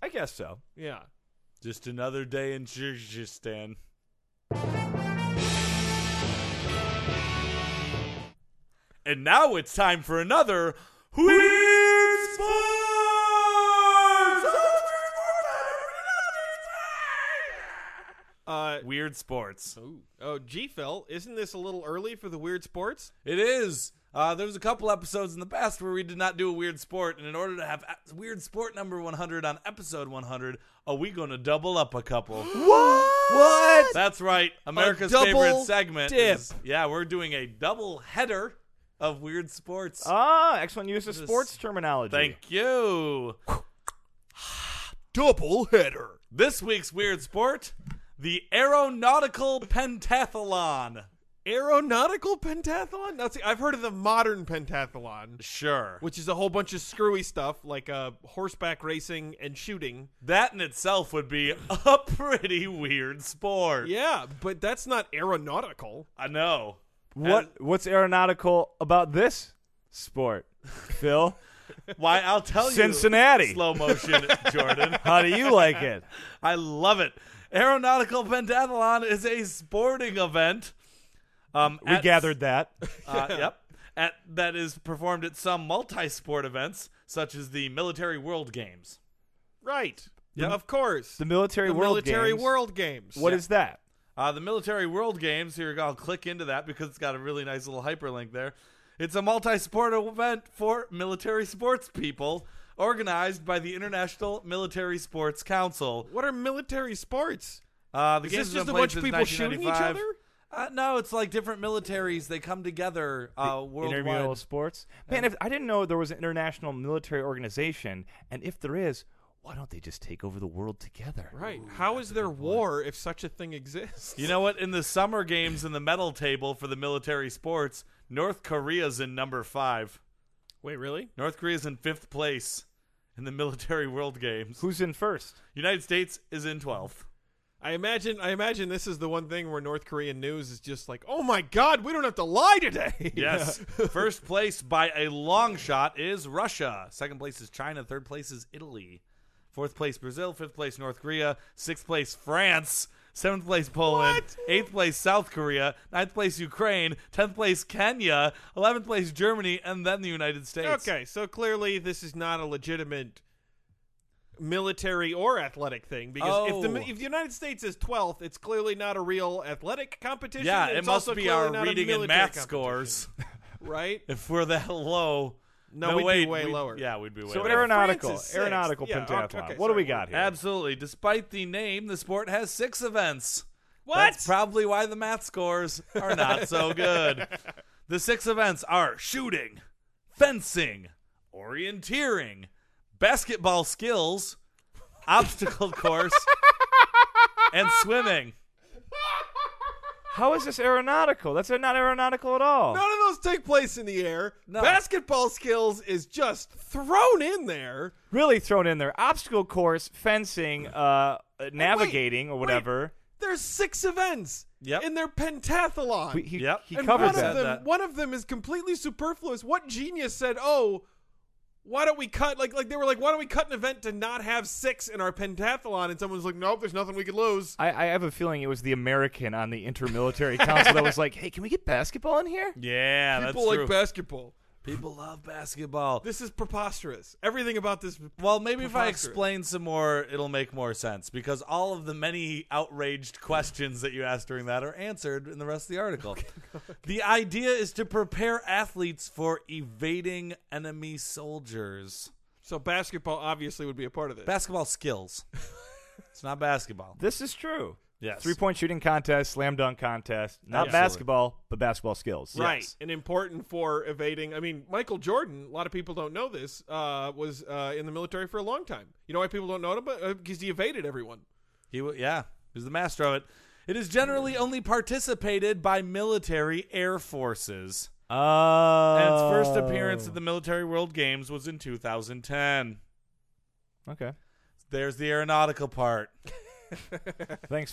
Speaker 2: I guess so.
Speaker 1: Yeah.
Speaker 3: Just another day in Kyrgyzstan. And now it's time for another Weird Sports!
Speaker 1: Uh,
Speaker 3: Weird Sports.
Speaker 1: ooh. oh, G Phil, isn't this a little early for the weird sports?
Speaker 3: It is. Uh, there was a couple episodes in the past where we did not do a weird sport, and in order to have a- weird sport number 100 on episode 100, are we going to double up a couple?
Speaker 2: What?
Speaker 3: That's right. America's
Speaker 1: double
Speaker 3: favorite segment.
Speaker 1: dip.
Speaker 3: is- yeah, we're doing a double header of weird
Speaker 1: Oh,
Speaker 3: sports.
Speaker 2: Ah, excellent use of
Speaker 3: This-
Speaker 2: sports terminology.
Speaker 3: Thank you.
Speaker 1: double header.
Speaker 3: This week's weird sport, the aeronautical pentathlon.
Speaker 1: Aeronautical pentathlon? Now, see, I've heard of the modern pentathlon,
Speaker 3: Sure.
Speaker 1: which is a whole bunch of screwy stuff like uh, horseback racing and shooting.
Speaker 3: That in itself would be a pretty weird sport.
Speaker 1: Yeah, but that's not aeronautical.
Speaker 3: I know.
Speaker 2: What what's aeronautical about this sport, Phil?
Speaker 3: Why I'll tell you.
Speaker 2: Cincinnati.
Speaker 3: Slow motion, Jordan.
Speaker 2: How do you like it?
Speaker 3: I love it. Aeronautical pentathlon is a sporting event. Um,
Speaker 2: We
Speaker 3: at-
Speaker 2: gathered that.
Speaker 3: Uh, yep. At, that is performed at some multi-sport events, such as the Military World Games.
Speaker 1: Right. Yeah, of course.
Speaker 2: The military
Speaker 1: The
Speaker 2: world.
Speaker 1: military
Speaker 2: games.
Speaker 1: world games.
Speaker 2: What is that?
Speaker 3: Uh, the Military World Games, here I'll click into that because it's got a really nice little hyperlink there. It's a multi sport event for military sports people organized by the International Military Sports Council.
Speaker 1: What are military sports?
Speaker 3: Uh, the
Speaker 1: Is
Speaker 3: games have
Speaker 1: this just a
Speaker 3: been played
Speaker 1: bunch of
Speaker 3: since
Speaker 1: people shooting each
Speaker 3: 1995.
Speaker 1: other?
Speaker 3: Uh, no, it's like different militaries. They come together uh,
Speaker 2: Intramural
Speaker 3: worldwide.
Speaker 2: sports. Man, if I didn't know there was an international military organization, and if there is, why don't they just take over the world together?
Speaker 1: Right. How is there war if such a thing exists?
Speaker 3: You know what? In the summer games in the medal table for the military sports, North Korea's in number five.
Speaker 1: Wait, really?
Speaker 3: North Korea's in fifth place in the Military World Games.
Speaker 2: Who's in first?
Speaker 3: United States is in 12th.
Speaker 1: I imagine I imagine this is the one thing where North Korean news is just like, "Oh my god, we don't have to lie today."
Speaker 3: Yes. First place by a long shot is Russia. Second place is China. Third place is Italy. Fourth place Brazil. Fifth place North Korea. Sixth place France. Seventh place Poland. Eighth place South Korea. Ninth place Ukraine. Tenth place Kenya. Eleventh place Germany, and then the United States.
Speaker 1: Okay, so clearly this is not a legitimate military or athletic thing because if
Speaker 3: Oh.
Speaker 1: the if the United States is 12th, it's clearly not a real athletic competition.
Speaker 3: Yeah,
Speaker 1: It's
Speaker 3: it must
Speaker 1: also
Speaker 3: be
Speaker 1: clearly
Speaker 3: our
Speaker 1: not a
Speaker 3: reading and
Speaker 1: military
Speaker 3: math
Speaker 1: competition,
Speaker 3: scores.
Speaker 1: right?
Speaker 3: If we're that low,
Speaker 1: No, we'd be
Speaker 3: wait,
Speaker 1: way
Speaker 3: we'd-
Speaker 1: lower.
Speaker 3: Yeah, we'd be way
Speaker 2: So
Speaker 3: lower.
Speaker 2: aeronautical,
Speaker 1: France is sixth.
Speaker 2: aeronautical
Speaker 1: Yeah, okay,
Speaker 2: pentathlon.
Speaker 1: okay,
Speaker 2: what do
Speaker 1: sorry,
Speaker 2: we got here?
Speaker 3: Absolutely. Despite the name, the sport has six events.
Speaker 1: What?
Speaker 3: That's probably why the math scores are not so good. The six events are shooting, fencing, orienteering, basketball skills, obstacle course, and swimming.
Speaker 2: How is this aeronautical? That's not aeronautical at all.
Speaker 1: None of those take place in the air.
Speaker 3: No.
Speaker 1: Basketball skills is just thrown in there.
Speaker 2: Really thrown in there. Obstacle course, fencing, uh, navigating, or whatever.
Speaker 1: There's six events
Speaker 3: Yep.
Speaker 1: in their pentathlon.
Speaker 2: We- he
Speaker 3: Yep.
Speaker 2: he
Speaker 1: and
Speaker 2: covered
Speaker 1: one
Speaker 2: that.
Speaker 1: of them,
Speaker 3: That-
Speaker 1: one of them is completely superfluous. What genius said, "Oh, why don't we cut like like they were like, why don't we cut an event to not have six in our pentathlon?" And someone's like, "Nope, there's nothing we could lose."
Speaker 2: I, I have a feeling it was the American on the intermilitary council that was like, "Hey, can we get basketball in here?"
Speaker 3: Yeah,
Speaker 1: People
Speaker 3: that's
Speaker 1: like
Speaker 3: true.
Speaker 1: basketball.
Speaker 3: People love basketball.
Speaker 1: This is preposterous. Everything about this.
Speaker 3: Well, maybe if I
Speaker 1: Preposterous.
Speaker 3: explain some more, it'll make more sense because all of the many outraged questions that you asked during that are answered in the rest of the article. The idea is to prepare athletes for evading enemy soldiers.
Speaker 1: So basketball obviously would be a part of this.
Speaker 3: Basketball skills. It's not basketball.
Speaker 2: This is true.
Speaker 3: Yes.
Speaker 2: Three point shooting contest, slam dunk contest, not
Speaker 3: Absolutely.
Speaker 2: basketball, but basketball skills.
Speaker 1: Right,
Speaker 3: Yes.
Speaker 1: and important for evading. I mean, Michael Jordan. A lot of people don't know this. Uh, was uh, in the military for a long time. You know why people don't know him? But because he evaded everyone.
Speaker 3: He wa yeah, he was the master of it. It is generally only participated by military air forces.
Speaker 2: Oh.
Speaker 3: And its first appearance at the Military World Games was in 2010.
Speaker 2: Okay.
Speaker 3: There's the aeronautical part.
Speaker 2: Thanks,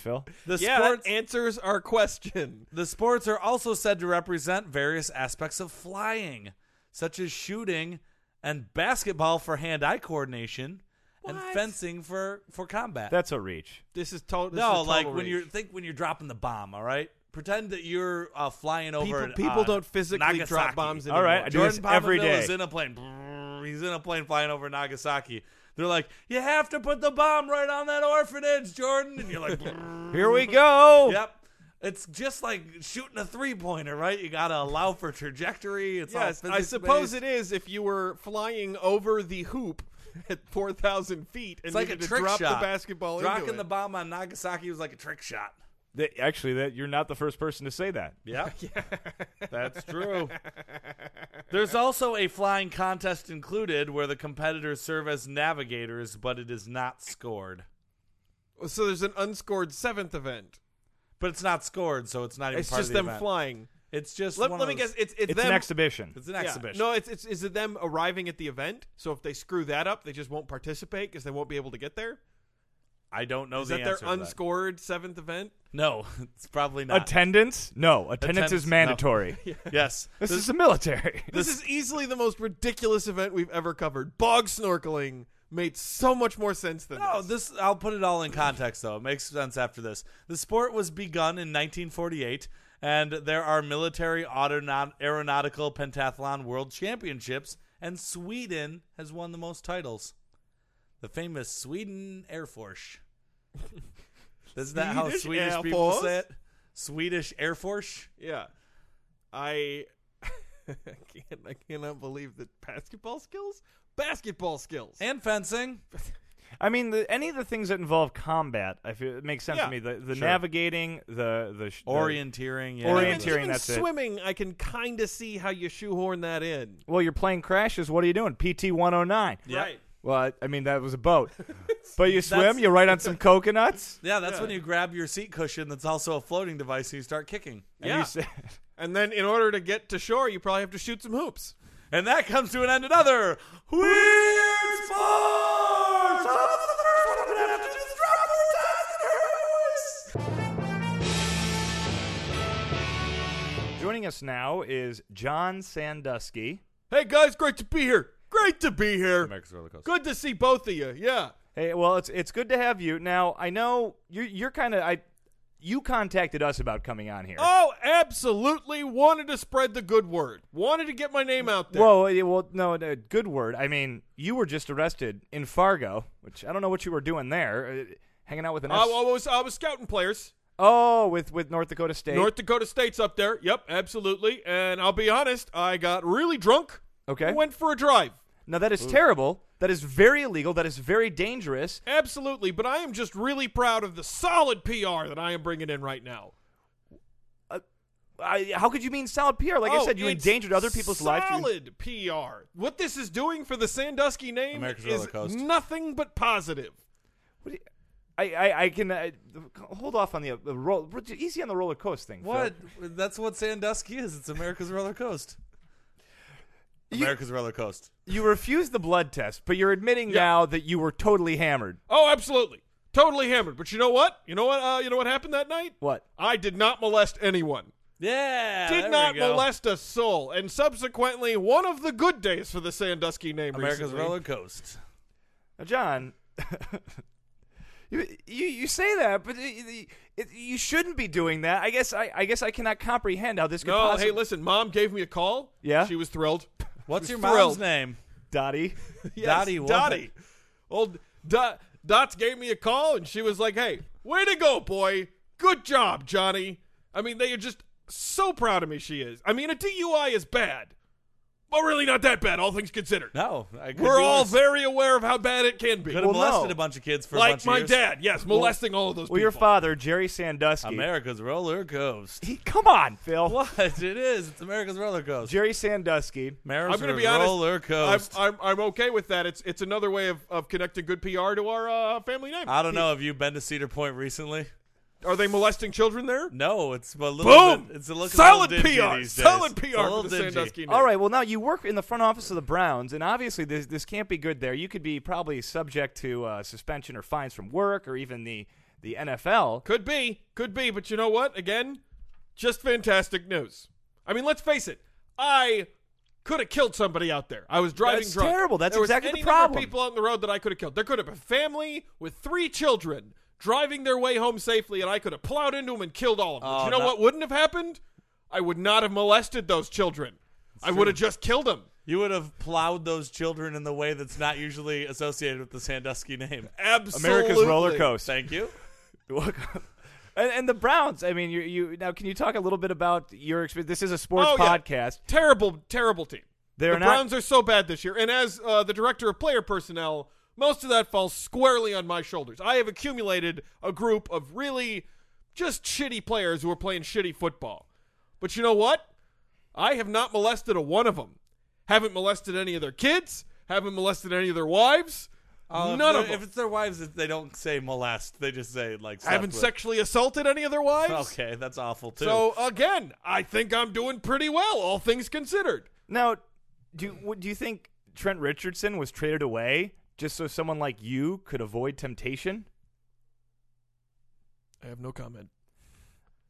Speaker 2: Phil.
Speaker 3: The
Speaker 1: yeah,
Speaker 3: sports
Speaker 1: that answers our question.
Speaker 3: The sports are also said to represent various aspects of flying, such as shooting and basketball for hand-eye coordination and
Speaker 1: What?
Speaker 3: fencing for for combat.
Speaker 2: That's a reach.
Speaker 1: This is, to- this is
Speaker 3: no,
Speaker 1: total
Speaker 3: like when
Speaker 1: reach.
Speaker 3: you're think when you're dropping the bomb. All right, pretend that you're uh, flying over.
Speaker 1: people,
Speaker 3: at,
Speaker 1: people
Speaker 3: uh,
Speaker 1: don't physically
Speaker 3: Nagasaki.
Speaker 1: drop bombs.
Speaker 2: All right,
Speaker 1: anymore.
Speaker 2: I do
Speaker 3: Jordan
Speaker 2: this every
Speaker 3: Palmaville
Speaker 2: day.
Speaker 3: is in a plane. Brrr, He's in a plane flying over Nagasaki. They're like, you have to put the bomb right on that orphanage, Jordan. And you're like, brrr.
Speaker 2: Here we go.
Speaker 3: Yep. It's just like shooting a three pointer, right? You gotta allow for trajectory. It's
Speaker 1: yes,
Speaker 3: all
Speaker 1: I suppose it is if you were flying over the hoop at four thousand feet and
Speaker 3: It's like a
Speaker 1: needed
Speaker 3: trick
Speaker 1: to drop
Speaker 3: shot.
Speaker 1: the basketball
Speaker 3: Dropping
Speaker 1: into
Speaker 3: the
Speaker 1: it.
Speaker 3: bomb on Nagasaki was like a trick shot.
Speaker 2: That, actually, that you're not the first person to say that.
Speaker 3: Yeah. That's true. There's also a flying contest included where the competitors serve as navigators, but it is not scored.
Speaker 1: So there's an unscored seventh event.
Speaker 3: But it's not scored, so it's not even
Speaker 1: It's
Speaker 3: part
Speaker 1: just
Speaker 3: of the
Speaker 1: them
Speaker 3: event.
Speaker 1: flying.
Speaker 3: It's just
Speaker 1: Let,
Speaker 3: one of
Speaker 1: let me
Speaker 3: those-
Speaker 1: guess. It's it's,
Speaker 2: It's
Speaker 1: them.
Speaker 2: an exhibition.
Speaker 3: It's an
Speaker 1: yeah.
Speaker 3: exhibition.
Speaker 1: No, it's, it's is it them arriving at the event? So if they screw that up, they just won't participate because they won't be able to get there.
Speaker 3: I don't know
Speaker 1: Is
Speaker 3: the
Speaker 1: that
Speaker 3: answer.
Speaker 1: their
Speaker 3: to that.
Speaker 1: unscored seventh event?
Speaker 3: No, it's probably not.
Speaker 2: Attendance? No, attendance,
Speaker 3: Attendance,
Speaker 2: is
Speaker 3: no.
Speaker 2: mandatory.
Speaker 3: yes.
Speaker 2: This is the military.
Speaker 1: This, is easily the most ridiculous event we've ever covered. Bog snorkeling made so much more sense than
Speaker 3: No,
Speaker 1: this.
Speaker 3: this I'll put it all in context though. It makes sense after this. The sport was begun in 1948 and there are military autona- aeronautical pentathlon world championships and Sweden has won the most titles. The famous Sweden Air Force. Isn't that how
Speaker 1: Swedish
Speaker 3: Swedish
Speaker 1: Air
Speaker 3: people
Speaker 1: Force?
Speaker 3: say it? Swedish Air Force?
Speaker 1: Yeah, I, I can't. I cannot believe that basketball skills, basketball skills.
Speaker 3: And fencing.
Speaker 2: I mean, the, any of the things that involve combat, I feel it makes sense
Speaker 1: Yeah.
Speaker 2: to me. The, the
Speaker 3: Sure.
Speaker 2: navigating, the the sh- the-
Speaker 3: Orienteering. Yeah.
Speaker 2: Orient- orienteering,
Speaker 1: even
Speaker 2: that's it.
Speaker 1: swimming, I can kind of see how you shoehorn that in.
Speaker 2: well, you're playing crashes. What are you doing? PT 109.
Speaker 3: Yeah.
Speaker 1: Right.
Speaker 2: Well, I, I mean, that was a boat. but you swim.
Speaker 3: That's-
Speaker 2: You ride on some coconuts.
Speaker 3: Yeah, that's when you grab your seat cushion that's also a floating device and you start kicking.
Speaker 2: And
Speaker 1: Yeah.
Speaker 2: you say,
Speaker 1: And then in order to get to shore, you probably have to shoot some hoops.
Speaker 3: And that comes to an end another Weird Sports!
Speaker 2: joining us now is John Sandusky.
Speaker 1: Hey guys, great to be here. Great to be here.
Speaker 3: America's roller coaster.
Speaker 1: Good to see both of you. Yeah.
Speaker 2: Hey, well, it's it's good to have you. Now, I know you're you're kind of I. You contacted us about coming on here.
Speaker 1: Oh, absolutely wanted to spread the good word. Wanted to get my name out there.
Speaker 2: Whoa, eh, well, no, no, good word. I mean, you were just arrested in Fargo, which I don't know what you were doing there, uh, hanging out with an.
Speaker 1: I, I
Speaker 2: F-
Speaker 1: was I was scouting players.
Speaker 2: oh, with with North Dakota State.
Speaker 1: North Dakota State's up there. Yep, absolutely. And I'll be honest, I got really drunk.
Speaker 2: Okay.
Speaker 1: and Went for a drive.
Speaker 2: now that is terrible. That is very illegal. That is very dangerous.
Speaker 1: Absolutely, but I am just really proud of the solid PR that I am bringing in right now.
Speaker 2: I, how could you mean solid PR? Like I
Speaker 1: Oh,
Speaker 2: said, you
Speaker 1: it's
Speaker 2: endangered other people's lives. You-
Speaker 1: Solid PR. What this is doing for the Sandusky name
Speaker 3: America's roller
Speaker 1: is
Speaker 3: coaster.
Speaker 1: nothing but positive.
Speaker 2: What do you- I, I, I can uh, hold off on the, uh, the roll. Easy on the roller coaster thing. Phil.
Speaker 3: What? That's what Sandusky is. It's America's roller coaster. America's roller coaster.
Speaker 2: You refused the blood test, but you're admitting
Speaker 1: Yeah.
Speaker 2: now that you were totally hammered.
Speaker 1: Oh, absolutely, totally hammered. But you know what? You know what? Uh, you know what happened that night?
Speaker 2: What?
Speaker 1: I did not molest anyone.
Speaker 3: Yeah. Ah, there
Speaker 1: Did
Speaker 3: we
Speaker 1: not
Speaker 3: go.
Speaker 1: molest a soul, and subsequently one of the good days for the Sandusky name.
Speaker 3: America's
Speaker 1: recently.
Speaker 3: roller coaster.
Speaker 2: Now, John, you, you you say that, but it, it, you shouldn't be doing that. I guess I, I guess I cannot comprehend how this could
Speaker 1: No,
Speaker 2: possibly.
Speaker 1: hey, listen. Mom gave me a call.
Speaker 2: Yeah?
Speaker 1: she was thrilled.
Speaker 3: What's your
Speaker 1: thrilled.
Speaker 3: mom's name?
Speaker 2: Dottie.
Speaker 1: Yes,
Speaker 3: Dottie what?
Speaker 1: Dottie. Old Dot, Dots gave me a call and she was like, hey, way to go, boy. Good job, Johnny. I mean, they are just so proud of me, she is. I mean, a DUI is bad, but really not that bad, all things considered.
Speaker 3: No. I could
Speaker 1: We're
Speaker 3: be
Speaker 1: all
Speaker 3: worse.
Speaker 1: very aware of how bad it can be.
Speaker 3: Could have
Speaker 2: Well,
Speaker 3: molested
Speaker 2: no.
Speaker 3: a bunch of kids for a bunch
Speaker 1: like my
Speaker 3: of years.
Speaker 1: dad, yes, molesting all of those
Speaker 2: Well,
Speaker 1: people.
Speaker 2: your father, Jerry Sandusky.
Speaker 3: America's roller coaster.
Speaker 2: He, come on, Phil.
Speaker 3: What? It is. It's America's roller coaster.
Speaker 2: Jerry Sandusky.
Speaker 3: America's
Speaker 1: I'm going to be honest.
Speaker 3: roller
Speaker 1: I'm,
Speaker 3: coaster.
Speaker 1: I'm, I'm okay with that. It's it's another way of, of connecting good PR to our uh, family name.
Speaker 3: I don't know. Have you been to Cedar Point recently?
Speaker 1: Are they molesting children there?
Speaker 3: No, it's a little
Speaker 1: Boom!
Speaker 3: Bit, it's a little
Speaker 1: solid
Speaker 3: a little dingy
Speaker 1: PR.
Speaker 3: These days.
Speaker 1: Solid
Speaker 3: It's
Speaker 1: PR
Speaker 3: a little
Speaker 1: for the
Speaker 3: dingy.
Speaker 1: Sandusky. Name.
Speaker 2: All right. Well, now you work in the front office of the Browns, and obviously this this can't be good. There, you could be probably subject to uh, suspension or fines from work, or even the the NFL.
Speaker 1: Could be, could be, but you know what? Again, just fantastic news. I mean, let's face it. I could have killed somebody out there. I was driving
Speaker 2: That's
Speaker 1: drunk.
Speaker 2: terrible. That's
Speaker 1: There was
Speaker 2: exactly the
Speaker 1: any number of
Speaker 2: problem.
Speaker 1: people out on the road that I could have killed. There could have been a family with three children driving their way home safely, and I could have plowed into them and killed all of them. But
Speaker 3: Oh,
Speaker 1: you know
Speaker 3: no.
Speaker 1: what wouldn't have happened? I would not have molested those children. I would have just killed them.
Speaker 3: You would have plowed those children in the way that's not usually associated with the Sandusky name.
Speaker 1: Absolutely.
Speaker 2: America's roller coaster.
Speaker 3: Thank you.
Speaker 2: Welcome. And, and the Browns. I mean, you, you now. Can you talk a little bit about your experience? This is a sports
Speaker 1: Oh, yeah.
Speaker 2: podcast.
Speaker 1: Terrible, terrible team.
Speaker 2: They're
Speaker 1: the
Speaker 2: not-
Speaker 1: Browns are so bad this year, and as uh, the director of player personnel, most of that falls squarely on my shoulders. I have accumulated a group of really just shitty players who are playing shitty football. But you know what? I have not molested a one of them. Haven't molested any of their kids. Haven't molested any of their wives.
Speaker 3: Uh, if
Speaker 1: None
Speaker 3: they're-
Speaker 1: of them.
Speaker 3: If it's their wives, it- they don't say molest. They just say like.
Speaker 1: I haven't
Speaker 3: slept
Speaker 1: sexually assaulted any of their
Speaker 3: with.
Speaker 1: wives.
Speaker 3: Okay, that's awful too.
Speaker 1: So uh, again, I think I'm doing pretty well, all things considered.
Speaker 2: Now, do you- what- do you think Trent Richardson was traded away just so someone like you could avoid temptation?
Speaker 1: I have no comment.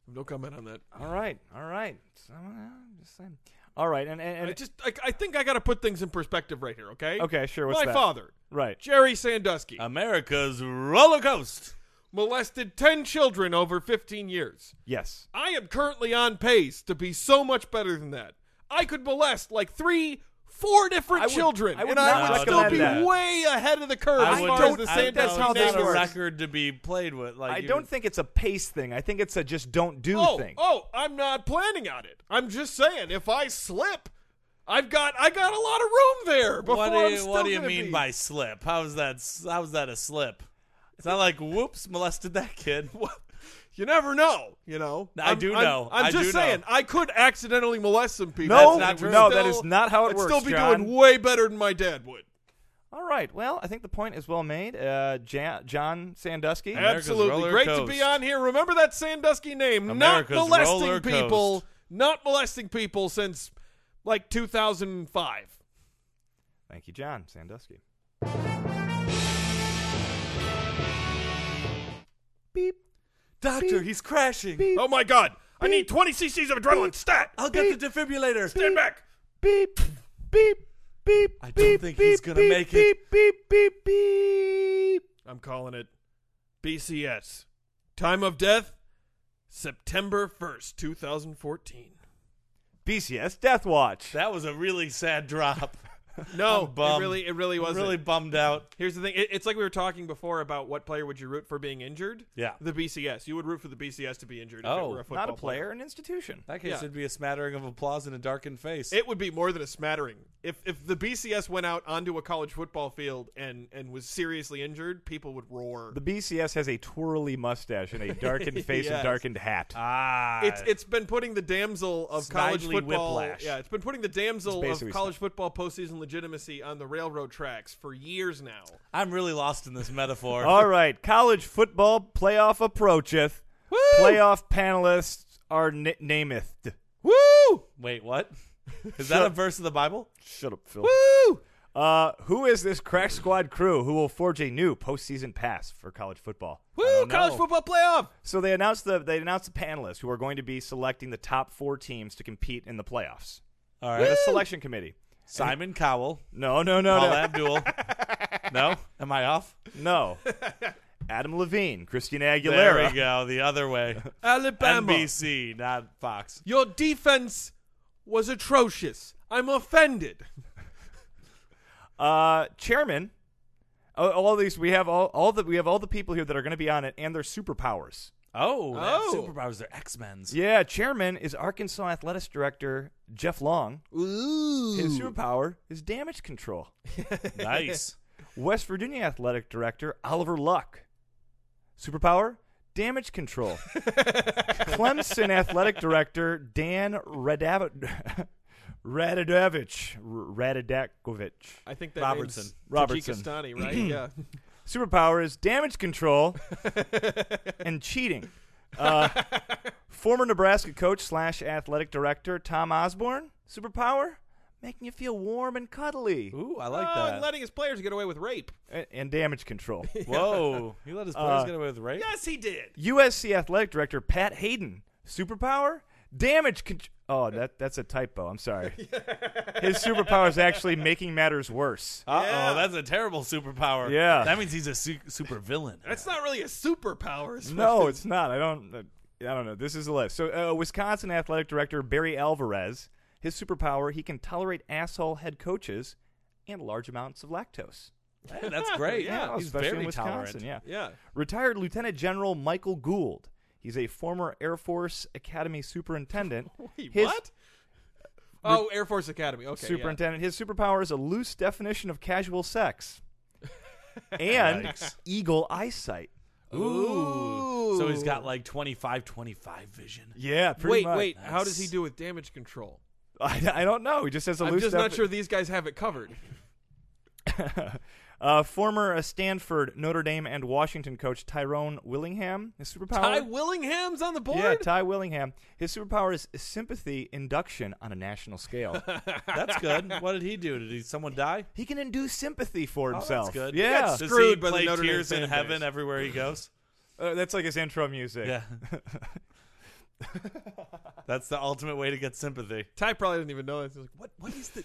Speaker 1: I have no comment on that.
Speaker 2: All right, all right. So, uh, just saying. All right, and and,
Speaker 1: I
Speaker 2: and
Speaker 1: just, I, I think I got to put things in perspective right here. Okay.
Speaker 2: okay, sure. What's
Speaker 1: My
Speaker 2: that? Uh.
Speaker 1: father,
Speaker 2: Right.
Speaker 1: Jerry Sandusky,
Speaker 3: America's roller coaster.
Speaker 1: molested ten children over 15 years.
Speaker 2: Yes.
Speaker 1: I am currently on pace to be so much better than that. I could molest like three, four different
Speaker 2: I would-
Speaker 1: children,
Speaker 2: I would
Speaker 1: and I
Speaker 2: not
Speaker 1: would still
Speaker 2: recommend
Speaker 1: be
Speaker 2: that.
Speaker 1: way ahead of the curve
Speaker 2: I
Speaker 1: as
Speaker 2: would-
Speaker 1: far
Speaker 2: don't-
Speaker 1: as the
Speaker 2: I
Speaker 1: Sandusky
Speaker 2: that's how
Speaker 3: don't think
Speaker 2: this
Speaker 1: neighbors.
Speaker 3: it's a
Speaker 2: works.
Speaker 3: record to be played with. Like
Speaker 2: I
Speaker 3: you-
Speaker 2: don't think it's a pace thing. I think it's a just don't do
Speaker 1: oh,
Speaker 2: thing.
Speaker 1: Oh, I'm not planning on it. I'm just saying, if I slip, I've got I got a lot of room there. Before
Speaker 3: What do
Speaker 1: I'm
Speaker 3: you,
Speaker 1: still
Speaker 3: what do you
Speaker 1: gonna
Speaker 3: mean
Speaker 1: be.
Speaker 3: by slip? How's that? s- How's that a slip? It's not like whoops, molested that kid.
Speaker 1: You never know, you know.
Speaker 3: I
Speaker 1: I'm-
Speaker 3: do
Speaker 1: I'm-
Speaker 3: know.
Speaker 1: I'm,
Speaker 3: I
Speaker 1: just
Speaker 3: do know.
Speaker 1: saying, I could accidentally molest some people.
Speaker 2: No,
Speaker 1: and
Speaker 3: That's not true.
Speaker 1: still-
Speaker 2: no, that is not how it
Speaker 1: I'd
Speaker 2: works,
Speaker 1: Still be
Speaker 2: John.
Speaker 1: doing way better than my dad would.
Speaker 2: All right. Well, I think the point is well made. Uh, Jan- John Sandusky.
Speaker 3: America's
Speaker 1: Absolutely.
Speaker 3: roller
Speaker 1: Great to
Speaker 3: coast.
Speaker 1: be on here. Remember that Sandusky name.
Speaker 3: America's
Speaker 1: not
Speaker 3: roller
Speaker 1: molesting
Speaker 3: coast.
Speaker 1: people. Not molesting people since like 2005.
Speaker 2: Thank you, John Sandusky. Beep.
Speaker 3: Doctor, he's crashing.
Speaker 2: Beep.
Speaker 1: Oh my god. I need 20 cc's of adrenaline. Stat.
Speaker 3: I'll get the defibrillator.
Speaker 1: Stand back.
Speaker 2: Beep. Beep. Beep.
Speaker 3: I don't
Speaker 2: beep,
Speaker 3: think he's
Speaker 2: beep,
Speaker 3: gonna
Speaker 2: beep,
Speaker 3: make
Speaker 2: beep,
Speaker 3: it.
Speaker 2: Beep. Beep. Beep.
Speaker 1: I'm calling it BCS. Time of death September 1st, 2014.
Speaker 2: BCS Death Watch.
Speaker 3: That was a really sad drop.
Speaker 1: No,
Speaker 3: I'm bummed.
Speaker 1: it really it really
Speaker 3: I'm
Speaker 1: wasn't.
Speaker 3: really bummed out.
Speaker 1: Here's the thing. It, it's like we were talking before about what player would you root for being injured?
Speaker 3: Yeah.
Speaker 1: The BCS. You would root for the BCS to be injured if it
Speaker 3: Oh,
Speaker 1: were a
Speaker 3: not a
Speaker 1: football
Speaker 2: Not a player, an institution.
Speaker 3: That case
Speaker 1: Yeah.
Speaker 3: would be a smattering of applause and a darkened face.
Speaker 1: It would be more than a smattering. If if the BCS went out onto a college football field and and was seriously injured, people would roar.
Speaker 2: The BCS has a twirly mustache and a darkened face
Speaker 1: Yes.
Speaker 2: and darkened hat.
Speaker 3: ah,
Speaker 1: it's it's been putting the damsel of college
Speaker 3: Snidely
Speaker 1: football.
Speaker 3: whiplash.
Speaker 1: Yeah, it's been putting the damsel of
Speaker 2: It's basically
Speaker 1: college football postseason legitimacy on the railroad tracks for years now.
Speaker 3: I'm really lost in this metaphor.
Speaker 2: All right, college football playoff approacheth.
Speaker 1: Woo!
Speaker 2: Playoff panelists are n- nameth.
Speaker 1: Woo!
Speaker 3: Wait, what? Is that a verse of the Bible?
Speaker 2: Shut up, Phil.
Speaker 1: Woo!
Speaker 2: Uh, who is this crack squad crew who will forge a new postseason pass for college football?
Speaker 1: Woo!
Speaker 3: don't
Speaker 1: College
Speaker 3: know.
Speaker 1: football playoff.
Speaker 2: So they announced the they announced the panelists who are going to be selecting the top four teams to compete in the playoffs.
Speaker 3: All
Speaker 2: They had
Speaker 3: right.
Speaker 2: a selection committee.
Speaker 3: Simon Cowell,
Speaker 2: No, no, no,
Speaker 3: Paul
Speaker 2: no,
Speaker 3: Abdul. no, am I off?
Speaker 2: no. Adam Levine, Christina
Speaker 3: There
Speaker 2: Aguilera,
Speaker 3: we go. The other way.
Speaker 1: Alabama.
Speaker 3: NBC, not Fox.
Speaker 1: Your defense was atrocious. I'm offended.
Speaker 2: uh, chairman. All, all these we have all all the we have all the people here that are going to be on it and their superpowers.
Speaker 3: Oh, they have
Speaker 1: Oh.
Speaker 3: superpowers. They're X Men's.
Speaker 2: Yeah, chairman is Arkansas Athletics Director Jeff Long.
Speaker 1: Ooh.
Speaker 2: His superpower is damage control.
Speaker 3: Nice.
Speaker 2: West Virginia Athletic Director Oliver Luck. Superpower? Damage control. Clemson Athletic Director Dan Radav- Radadovich. Radadakovich.
Speaker 1: I think that
Speaker 3: Robertson.
Speaker 1: name's
Speaker 2: Robertson.
Speaker 1: Tajikistani, right? yeah.
Speaker 2: Superpower is damage control and cheating. Uh, former Nebraska coach slash athletic director Tom Osborne. Superpower? Making you feel warm and cuddly.
Speaker 3: Ooh, I
Speaker 1: oh,
Speaker 3: like
Speaker 1: and
Speaker 3: that.
Speaker 1: letting his players get away with rape.
Speaker 2: A- and damage control.
Speaker 3: Whoa, he let his players
Speaker 2: Uh,
Speaker 3: get away with rape.
Speaker 1: Yes, he did.
Speaker 2: USC athletic director Pat Hayden. Superpower? Damage con- Oh, that that's a typo. I'm sorry. His superpower is actually making matters worse.
Speaker 3: Uh oh,
Speaker 1: Yeah.
Speaker 3: that's a terrible superpower.
Speaker 2: Yeah.
Speaker 3: that means he's a su- super villain.
Speaker 1: That's not really a superpower. is
Speaker 2: No,
Speaker 1: what
Speaker 2: it's not. I don't. Uh, I don't know. This is the list. So, uh, Wisconsin athletic director Barry Alvarez, his superpower, he can tolerate asshole head coaches and large amounts of lactose.
Speaker 3: Hey, that's great.
Speaker 1: Yeah,
Speaker 3: he's
Speaker 2: especially
Speaker 3: very
Speaker 2: in
Speaker 3: tolerant.
Speaker 2: Wisconsin. Yeah.
Speaker 1: Yeah.
Speaker 2: Retired Lieutenant General Michael Gould. He's a former Air Force Academy superintendent.
Speaker 1: Wait,
Speaker 2: His-
Speaker 1: what? Oh, Air Force Academy. Okay. yeah.
Speaker 2: superintendent. His superpower is a loose definition of casual sex and eagle eyesight.
Speaker 1: Ooh.
Speaker 3: So he's got like 25 25 vision.
Speaker 2: Yeah, pretty
Speaker 1: wait,
Speaker 2: much.
Speaker 1: wait. How does he
Speaker 3: Nice.
Speaker 1: do with damage control?
Speaker 2: I, I don't know. He just has a
Speaker 1: I'm
Speaker 2: loose
Speaker 1: just
Speaker 2: def-
Speaker 1: not sure these guys have it covered.
Speaker 2: uh, former uh, Stanford, Notre Dame, and Washington coach Tyrone Willingham. His superpower.
Speaker 1: Ty Willingham's on the board.
Speaker 2: yeah, Ty Willingham. His superpower is sympathy induction on a national scale.
Speaker 3: That's good. what did he do? Did he, someone die?
Speaker 2: he can induce sympathy for
Speaker 3: Oh,
Speaker 2: himself.
Speaker 3: that's good. He
Speaker 2: Yeah,
Speaker 3: got
Speaker 1: Does
Speaker 3: screwed
Speaker 1: he
Speaker 3: by
Speaker 1: play
Speaker 3: the Notre Dame
Speaker 1: Tears in
Speaker 3: fan base.
Speaker 1: Heaven
Speaker 3: everywhere he goes.
Speaker 2: Uh, that's like his intro music.
Speaker 3: Yeah. That's the ultimate way to get sympathy.
Speaker 1: Ty probably doesn't even know this. He's like, what? What is the?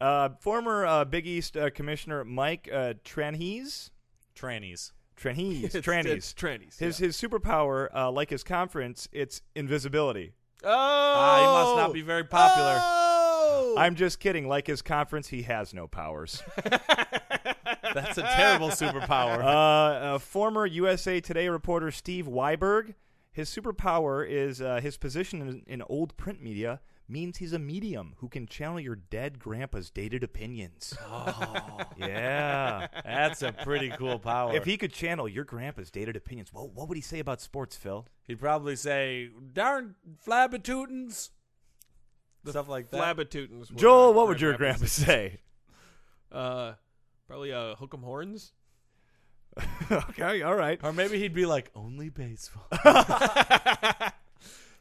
Speaker 2: Uh, former uh, Big East uh, Commissioner Mike uh, Tranhees.
Speaker 3: Trannies.
Speaker 2: Tranhees.
Speaker 1: It's-
Speaker 2: Trannies.
Speaker 1: It's trannies.
Speaker 2: his
Speaker 1: yeah.
Speaker 2: his superpower, uh, like his conference, it's invisibility.
Speaker 1: oh,
Speaker 3: Ah, he must not be very popular.
Speaker 1: Oh!
Speaker 2: I'm just kidding. Like his conference, he has no powers. Oh.
Speaker 3: That's a terrible superpower.
Speaker 2: uh, uh, former USA Today reporter Steve Weiberg, his superpower is uh, his position in, in old print media means he's a medium who can channel your dead grandpa's dated opinions. Oh. yeah.
Speaker 3: That's a pretty cool power.
Speaker 2: If he could channel your grandpa's dated opinions, well, what would he say about sports, Phil?
Speaker 3: He'd probably say, "Darn flabbertootins," stuff like that.
Speaker 1: Flabatutins. were, uh,
Speaker 2: Joel, what would
Speaker 1: Grand
Speaker 2: your grandpa
Speaker 1: Rapids.
Speaker 2: say?
Speaker 1: Uh, probably uh, hook 'em horns.
Speaker 2: okay, all right.
Speaker 3: or maybe he'd be like, "Only baseball."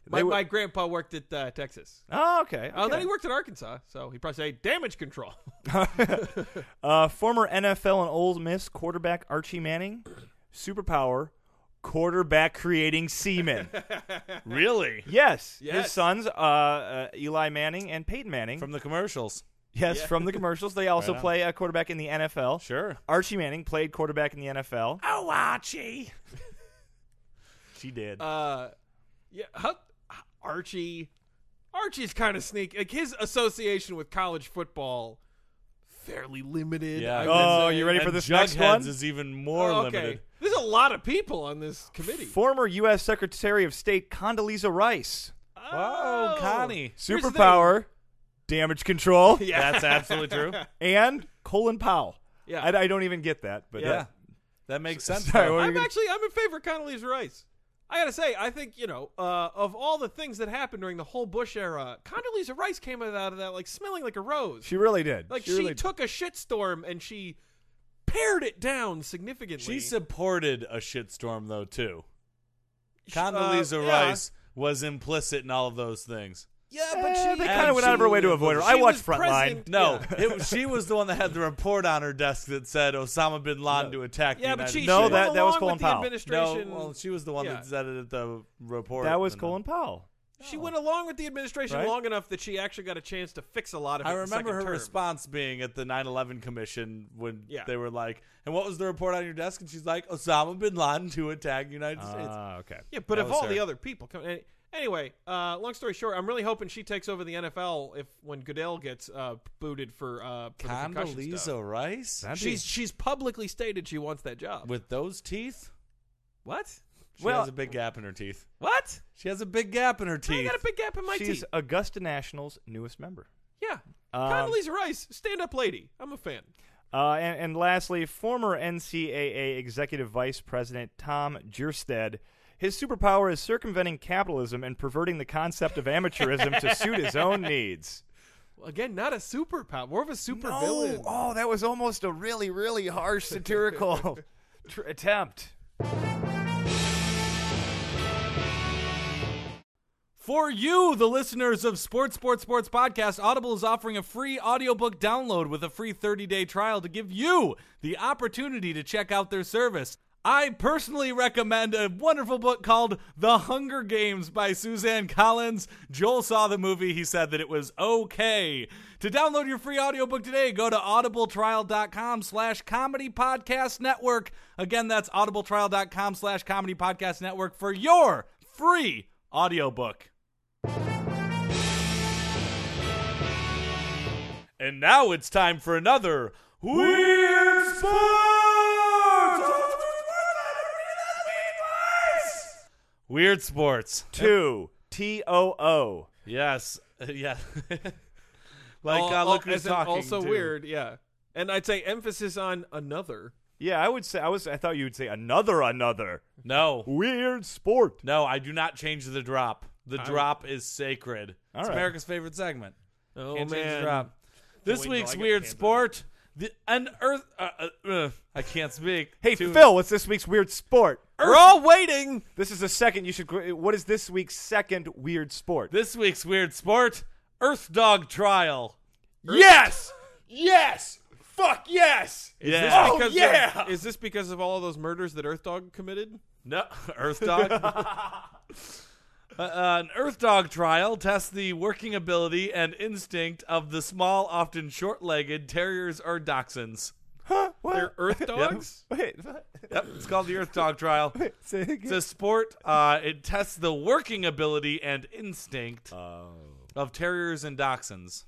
Speaker 1: My,
Speaker 2: would-
Speaker 1: my grandpa worked at uh, Texas.
Speaker 2: Oh, okay.
Speaker 1: Oh, then
Speaker 2: okay.
Speaker 1: he worked at Arkansas, so he probably say damage control.
Speaker 2: Uh, former NFL and Ole Miss quarterback Archie Manning, superpower, quarterback creating semen.
Speaker 3: really?
Speaker 2: yes, his
Speaker 1: Yes.
Speaker 2: sons, uh, uh, Eli Manning and Peyton Manning.
Speaker 3: From the commercials.
Speaker 2: yes,
Speaker 1: Yeah.
Speaker 2: from the commercials, they also
Speaker 3: Right on.
Speaker 2: play a quarterback in the NFL.
Speaker 3: Sure.
Speaker 2: Archie Manning played quarterback in the NFL.
Speaker 3: Oh, Archie. she did.
Speaker 1: Uh, yeah, how, Archie. Archie's kind of sneaky. Like his association with college football, fairly limited.
Speaker 3: Yeah.
Speaker 1: I would
Speaker 2: Oh,
Speaker 1: say.
Speaker 2: you ready for
Speaker 3: and
Speaker 2: this next
Speaker 3: Jugheads
Speaker 2: one?
Speaker 3: is even more
Speaker 1: Oh, okay.
Speaker 3: limited.
Speaker 1: There's a lot of people on this committee.
Speaker 2: Former U.S. Secretary of State Condoleezza Rice,
Speaker 1: Oh,
Speaker 3: Wow, Connie.
Speaker 1: Here's the thing.
Speaker 2: superpower, damage control,
Speaker 1: Yeah.
Speaker 3: That's absolutely true.
Speaker 2: and Colin Powell.
Speaker 1: Yeah.
Speaker 2: I, I don't even get that, but
Speaker 3: Yeah. That makes sense.
Speaker 2: Sorry,
Speaker 3: though.
Speaker 2: what- are you
Speaker 1: I'm
Speaker 2: gonna-
Speaker 1: actually I'm in favor of Condoleezza Rice. I gotta say, I think you know uh, of all the things that happened during the whole Bush era, Condoleezza Rice came out of that like smelling like a rose.
Speaker 2: she really did.
Speaker 1: like she,
Speaker 2: she, really did.
Speaker 1: took a shitstorm and she pared it down significantly.
Speaker 3: She supported a shitstorm though too.
Speaker 1: Sh- uh,
Speaker 3: Condoleezza
Speaker 1: yeah.
Speaker 3: Rice was implicit in all of those things.
Speaker 1: Yeah,
Speaker 2: Eh,
Speaker 1: but
Speaker 2: they
Speaker 1: she
Speaker 2: kind of went out of her way to avoid her. I
Speaker 1: She
Speaker 2: watched
Speaker 1: was
Speaker 2: Frontline.
Speaker 1: present-
Speaker 3: No,
Speaker 1: yeah.
Speaker 3: it, she was the one that had the report on her desk that said Osama bin Laden to attack
Speaker 1: Yeah,
Speaker 3: the
Speaker 1: but
Speaker 3: United
Speaker 1: she she
Speaker 2: No,
Speaker 3: States.
Speaker 2: that-
Speaker 1: went
Speaker 2: that was
Speaker 1: along
Speaker 2: Colin
Speaker 1: with the
Speaker 2: Powell. No,
Speaker 1: administration.
Speaker 3: No, well, she was the one
Speaker 1: yeah.
Speaker 3: that said it at the report.
Speaker 2: That was
Speaker 3: And, uh,
Speaker 2: Colin Powell.
Speaker 1: she went along with the administration
Speaker 2: Right?
Speaker 1: long enough that she actually got a chance to fix a lot of. it
Speaker 3: I
Speaker 1: in the
Speaker 3: remember
Speaker 1: second
Speaker 3: her
Speaker 1: term.
Speaker 3: response being at the 9/11 Commission when
Speaker 1: Yeah.
Speaker 3: they were like, "And what was the report on your desk?" And she's like, "Osama bin Laden to attack the United States."
Speaker 2: Ah, okay.
Speaker 1: Yeah, but
Speaker 3: That
Speaker 1: of
Speaker 3: was
Speaker 1: all the
Speaker 3: her.
Speaker 1: other people, come, any- anyway. Uh, long story short, I'm really hoping she takes over the NFL if when Goodell gets uh, booted for, uh, for the concussion stuff.
Speaker 3: Condoleezza Rice
Speaker 2: That'd be-
Speaker 1: She's she's publicly stated she wants that job.
Speaker 3: with those teeth.
Speaker 1: what?
Speaker 3: She
Speaker 2: Well-
Speaker 3: has a big gap in her teeth.
Speaker 1: What?
Speaker 3: She has a big gap in her
Speaker 1: I
Speaker 3: teeth.
Speaker 1: got a big gap in my
Speaker 2: she's
Speaker 1: teeth.
Speaker 2: Augusta National's newest member.
Speaker 1: Yeah.
Speaker 2: Um,
Speaker 1: Condoleezza Rice, stand up lady. I'm a fan.
Speaker 2: Uh, and, and lastly, former NCAA Executive Vice President Tom Gierstead. His superpower is circumventing capitalism and perverting the concept of amateurism to suit his own needs.
Speaker 1: Again, not a superpower. More of a super villain.
Speaker 2: Oh, that was almost a really, really harsh satirical tr- attempt.
Speaker 3: For you, the listeners of Sports Sports Sports Podcast, Audible is offering a free audiobook download with a free 30-day trial to give you the opportunity to check out their service. I personally recommend a wonderful book called The Hunger Games by Suzanne Collins. Joel saw the movie, he said that it was okay. To download your free audiobook today, go to audibletrial.com slash comedy podcast network. Again, that's audibletrial.com slash comedy podcast network for your free audiobook. And now it's time for another Weird Sports! Weird Sports.
Speaker 2: Two. T O O.
Speaker 3: Yes. Yeah. like,
Speaker 1: Al-
Speaker 3: uh, look
Speaker 1: al- oh,
Speaker 3: who's
Speaker 1: as in
Speaker 3: talking.
Speaker 1: Also
Speaker 3: too.
Speaker 1: weird, yeah. And I'd say emphasis on another.
Speaker 2: Yeah, I would say I was. I thought you would say another another
Speaker 3: No,
Speaker 2: weird sport.
Speaker 3: no, I do not change the drop. The
Speaker 1: I-
Speaker 3: drop is sacred.
Speaker 2: All
Speaker 3: it's
Speaker 2: right.
Speaker 3: America's favorite segment.
Speaker 1: Oh
Speaker 3: Can't change the
Speaker 1: man, Oh,
Speaker 3: drop. This
Speaker 1: wait until I
Speaker 3: week's
Speaker 1: get
Speaker 3: weird
Speaker 1: my hands on
Speaker 3: sport. The unearth. Uh, uh, uh, I can't speak.
Speaker 2: Hey
Speaker 3: Too-
Speaker 2: Phil, what's this week's weird sport?
Speaker 1: we're all waiting.
Speaker 2: This is the second you should. gr- What is this week's second weird sport?
Speaker 3: This week's weird sport. Earth dog trial.
Speaker 2: yes, yes, fuck yes.
Speaker 1: Is
Speaker 3: Yeah.
Speaker 1: this
Speaker 2: Oh,
Speaker 1: because of-
Speaker 2: yeah!
Speaker 1: is this because of all of those murders that Earth Dog committed?
Speaker 3: No, Earth Dog. uh, an Earth Dog trial tests the working ability and instinct of the small, often short-legged terriers or dachshunds.
Speaker 2: Huh? What?
Speaker 1: They're Earth Dogs.
Speaker 2: Wait, what?
Speaker 3: Yep, it's called the Earth Dog trial.
Speaker 2: Say it
Speaker 3: It's
Speaker 2: again.
Speaker 3: a sport. Uh, it tests the working ability and instinct of terriers and dachshunds.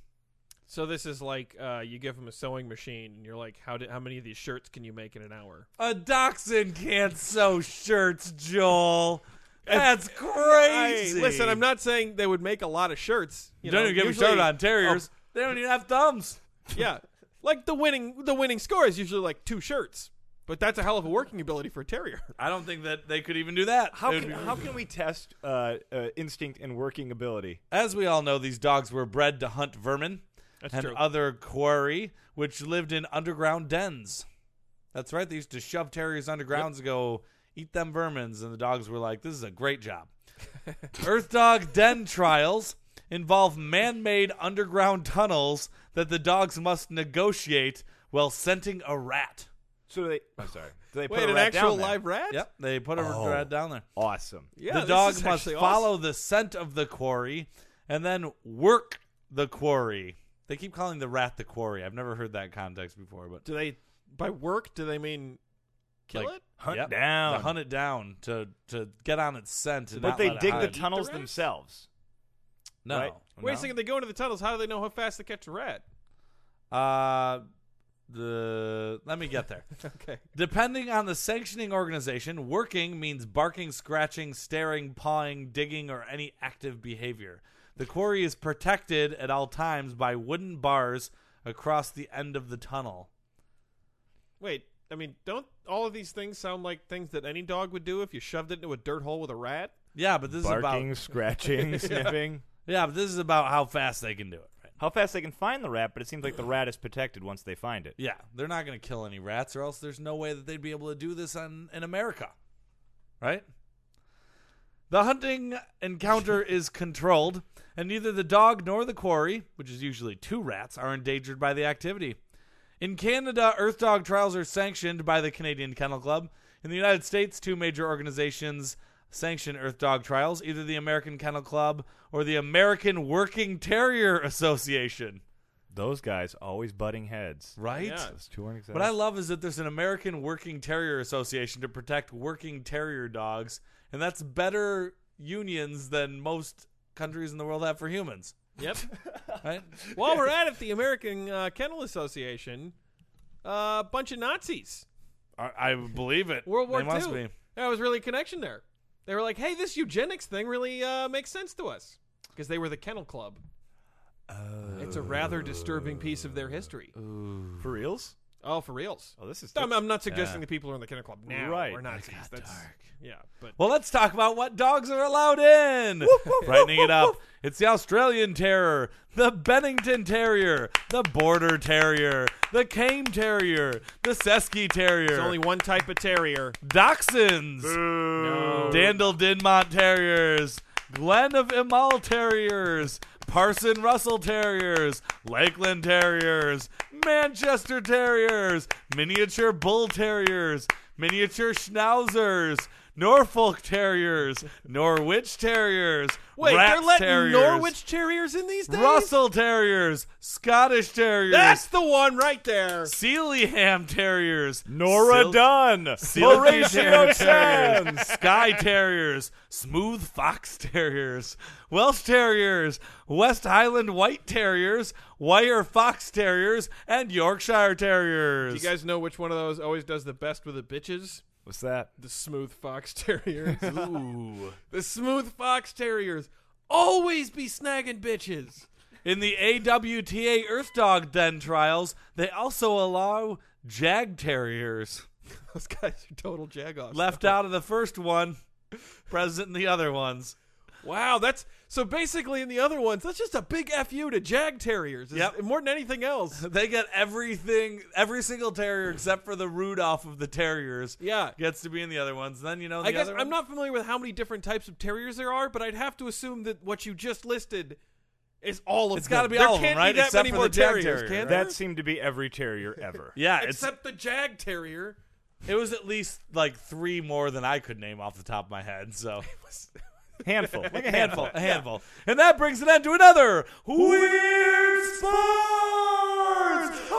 Speaker 1: So this is like uh, you give them a sewing machine, and you're like, how did, how many of these shirts can you make in an hour?
Speaker 3: A dachshund can't sew shirts, Joel. That's crazy.
Speaker 1: Hey, listen, I'm not saying they would make a lot of shirts. You
Speaker 3: You don't
Speaker 1: know,
Speaker 3: even get me
Speaker 1: usually-
Speaker 3: started on terriers. They don't even have thumbs.
Speaker 1: yeah, like the winning the winning score is usually like two shirts, but that's a hell of a working ability for a terrier.
Speaker 3: I don't think that they could even do that.
Speaker 2: How
Speaker 3: It would
Speaker 2: can,
Speaker 3: be-
Speaker 2: how can we test uh, uh, instinct and working ability?
Speaker 3: As we all know, these dogs were bred to hunt vermin
Speaker 1: That's
Speaker 3: and
Speaker 1: true.
Speaker 3: other quarry, which lived in underground dens. That's right. They used to shove terriers underground to go eat them vermins, and the dogs were like, "This is a great job." Earth dog den trials involve man-made underground tunnels that the dogs must negotiate while scenting a rat.
Speaker 2: So they. I'm sorry. Do they put
Speaker 1: Wait,
Speaker 2: a
Speaker 1: an
Speaker 2: rat
Speaker 1: actual
Speaker 2: down there?
Speaker 1: live rat?
Speaker 3: Yep, they put a
Speaker 2: Oh.
Speaker 3: rat down there.
Speaker 2: Awesome.
Speaker 1: Yeah,
Speaker 3: the
Speaker 1: this
Speaker 3: dog
Speaker 1: is
Speaker 3: must
Speaker 1: actually
Speaker 3: follow
Speaker 1: awesome.
Speaker 3: the scent of the quarry and then work the quarry. They keep calling the rat the quarry. I've never heard that context before, but
Speaker 1: Do they by work? Do they mean kill
Speaker 3: Like-
Speaker 1: it?
Speaker 2: Hunt
Speaker 3: Yep,
Speaker 2: down.
Speaker 3: to hunt it down to to get on its scent. And
Speaker 2: but
Speaker 3: not
Speaker 2: they
Speaker 3: let it
Speaker 2: dig
Speaker 3: hide.
Speaker 2: the
Speaker 1: the
Speaker 2: tunnels
Speaker 1: rats?
Speaker 2: themselves.
Speaker 3: no.
Speaker 2: right?
Speaker 1: Wait a
Speaker 3: No.
Speaker 1: second, they go into the tunnels. How do they know how fast to catch a rat?
Speaker 3: Uh, the let me get there.
Speaker 1: Okay.
Speaker 3: Depending on the sanctioning organization, working means barking, scratching, staring, pawing, digging, or any active behavior. The quarry is protected at all times by wooden bars across the end of the tunnel.
Speaker 1: Wait, I mean, don't all of these things sound like things that any dog would do if you shoved it into a dirt hole with a rat?
Speaker 3: Yeah, but this
Speaker 2: Barking,
Speaker 3: is about
Speaker 2: scratching, sniffing.
Speaker 3: yeah, but this is about how fast they can do it. Right?
Speaker 2: How fast they can find the rat, but it seems like the rat is protected once they find it.
Speaker 3: Yeah, they're not going to kill any rats, or else there's no way that they'd be able to do this on, in America, right? The hunting encounter is controlled, and neither the dog nor the quarry, which is usually two rats, are endangered by the activity. In Canada, Earth Dog trials are sanctioned by the Canadian Kennel Club. In the United States, two major organizations sanction Earth Dog trials either the American Kennel Club or the American Working Terrier Association.
Speaker 2: Those guys always butting heads.
Speaker 3: Right?
Speaker 1: Yeah.
Speaker 2: Those two aren't exactly.
Speaker 3: What I love is that there's an American Working Terrier Association to protect working terrier dogs, and that's better unions than most countries in the world have for humans.
Speaker 1: Yep.
Speaker 3: Right?
Speaker 1: While we're at it, the American uh, Kennel Association, a uh, bunch of Nazis,
Speaker 3: I, I believe it.
Speaker 1: World War
Speaker 3: They must
Speaker 1: II.
Speaker 3: be.
Speaker 1: That was really a connection there. They were like, "Hey, this eugenics thing really uh, makes sense to us," because they were the Kennel Club. It's a rather disturbing piece of their history.
Speaker 2: For reals?
Speaker 1: Oh, for reals.
Speaker 2: Oh, this is.
Speaker 1: I'm, I'm not suggesting
Speaker 3: Yeah.
Speaker 1: the people who are in the Kennel Club now
Speaker 2: Right.
Speaker 1: are
Speaker 2: It
Speaker 1: Nazis.
Speaker 3: got
Speaker 1: That's yeah, but
Speaker 3: Well, let's talk about what dogs are allowed in. Brightening it up. It's the Australian Terrier, the Bennington Terrier, the Border Terrier, the Cane Terrier, the Sesky Terrier,
Speaker 1: there's only one type of terrier.
Speaker 3: Dachshunds.
Speaker 1: No.
Speaker 3: Dandel Dinmont Terriers, Glen of Imal Terriers, Parson Russell Terriers, Lakeland Terriers, Manchester Terriers, Miniature Bull Terriers, Miniature Schnauzers, Norfolk Terriers, Norwich Terriers,
Speaker 1: Wait,
Speaker 3: Rats
Speaker 1: they're letting
Speaker 3: Terriers,
Speaker 1: Norwich Terriers in these days?
Speaker 3: Russell Terriers, Scottish Terriers,
Speaker 1: That's the one right there.
Speaker 3: Sealyham Terriers,
Speaker 2: Nora
Speaker 3: Sil-
Speaker 2: Dunn. Mauricio Sands.
Speaker 3: Sky Terriers, Smooth Fox Terriers, Welsh Terriers, West Highland White Terriers, Wire Fox Terriers, and Yorkshire
Speaker 1: Do you
Speaker 3: Terriers.
Speaker 1: guys know which one of those always does the best with the bitches?
Speaker 2: What's that?
Speaker 1: The smooth fox terriers.
Speaker 3: Ooh.
Speaker 1: the smooth fox terriers always be snagging bitches.
Speaker 3: In the AWTA Earth Dog Den trials, they also allow Jag Terriers.
Speaker 1: Those guys are total jagoffs.
Speaker 3: Left out of the first one, present in the other ones.
Speaker 1: Wow, that's so basically in the other ones, that's just a big fu to jag terriers. It's-
Speaker 3: Yep.
Speaker 1: more than anything else.
Speaker 3: They get everything, every single terrier except for the Rudolph of the terriers
Speaker 1: Yeah.
Speaker 3: gets to be in the other ones. Then you know the
Speaker 1: I guess
Speaker 3: other
Speaker 1: I'm
Speaker 3: ones-
Speaker 1: not familiar with how many different types of terriers there are, but I'd have to assume that what you just listed is all of
Speaker 3: It's
Speaker 1: got
Speaker 3: gotta
Speaker 1: to
Speaker 3: be
Speaker 1: there
Speaker 3: all of them,
Speaker 1: can't
Speaker 3: right?
Speaker 1: Be that
Speaker 3: Except
Speaker 1: many
Speaker 3: for
Speaker 1: more
Speaker 3: the jag
Speaker 1: terriers,
Speaker 3: terrier,
Speaker 1: can
Speaker 3: right?
Speaker 1: there?
Speaker 2: That seemed to be every terrier ever.
Speaker 3: Yeah, it's,
Speaker 1: except the jag terrier.
Speaker 3: it was at least like three more than I could name off the top of my head. So
Speaker 2: handful, like a
Speaker 3: handful,
Speaker 2: handful.
Speaker 3: a handful, and that brings an end to another weird sports.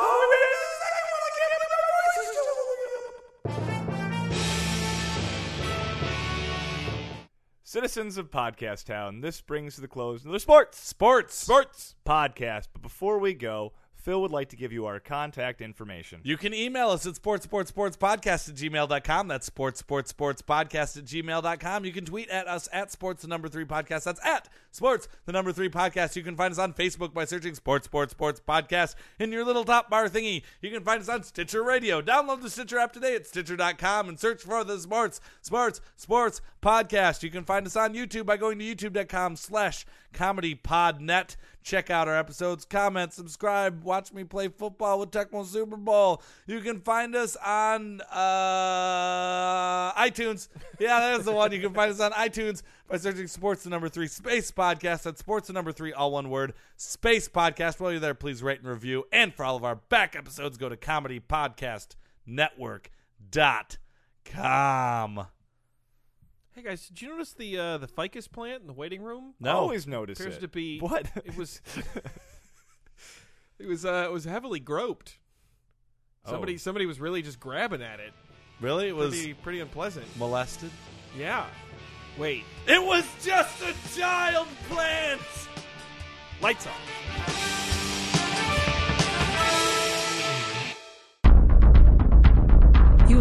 Speaker 2: Citizens of Podcast Town, this brings to the close another sports
Speaker 3: Sports.
Speaker 2: sports podcast. But before we go, Phil would like to give you our contact information.
Speaker 3: You can email us at sportsportsportspodcast at gmail.com. That's sportsportsportspodcast at gmail.com. You can tweet at us at sports the number three podcast. That's at sports the number three podcast. You can find us on Facebook by searching sports sports sports podcast in your little top bar thingy. You can find us on Stitcher Radio. Download the Stitcher app today at stitcher.com and search for the sports sports sports podcast. You can find us on YouTube by going to youtube.com slash comedy podnet. Check out our episodes, comment, subscribe, watch me play football with Tecmo Super Bowl. You can find us on uh, iTunes. Yeah, that's the one. You can find us on iTunes by searching Sports the Number Three Space Podcast. That's Sports the Number Three, all one word, Space Podcast. While you're there, please rate and review. And for all of our back episodes, go to Comedy Podcast Network dot com.
Speaker 1: Hey guys, did you notice the uh, the ficus plant in the waiting room?
Speaker 2: I
Speaker 3: No,
Speaker 2: always notice
Speaker 1: appears
Speaker 2: it.
Speaker 1: to be
Speaker 2: what?
Speaker 1: It was it was uh, it was heavily groped. Somebody
Speaker 2: Oh.
Speaker 1: somebody was really just grabbing at it.
Speaker 3: really, it was
Speaker 1: Pretty pretty unpleasant.
Speaker 3: molested.
Speaker 1: Yeah. Wait.
Speaker 3: It was just a child plant.
Speaker 1: Lights off.
Speaker 4: You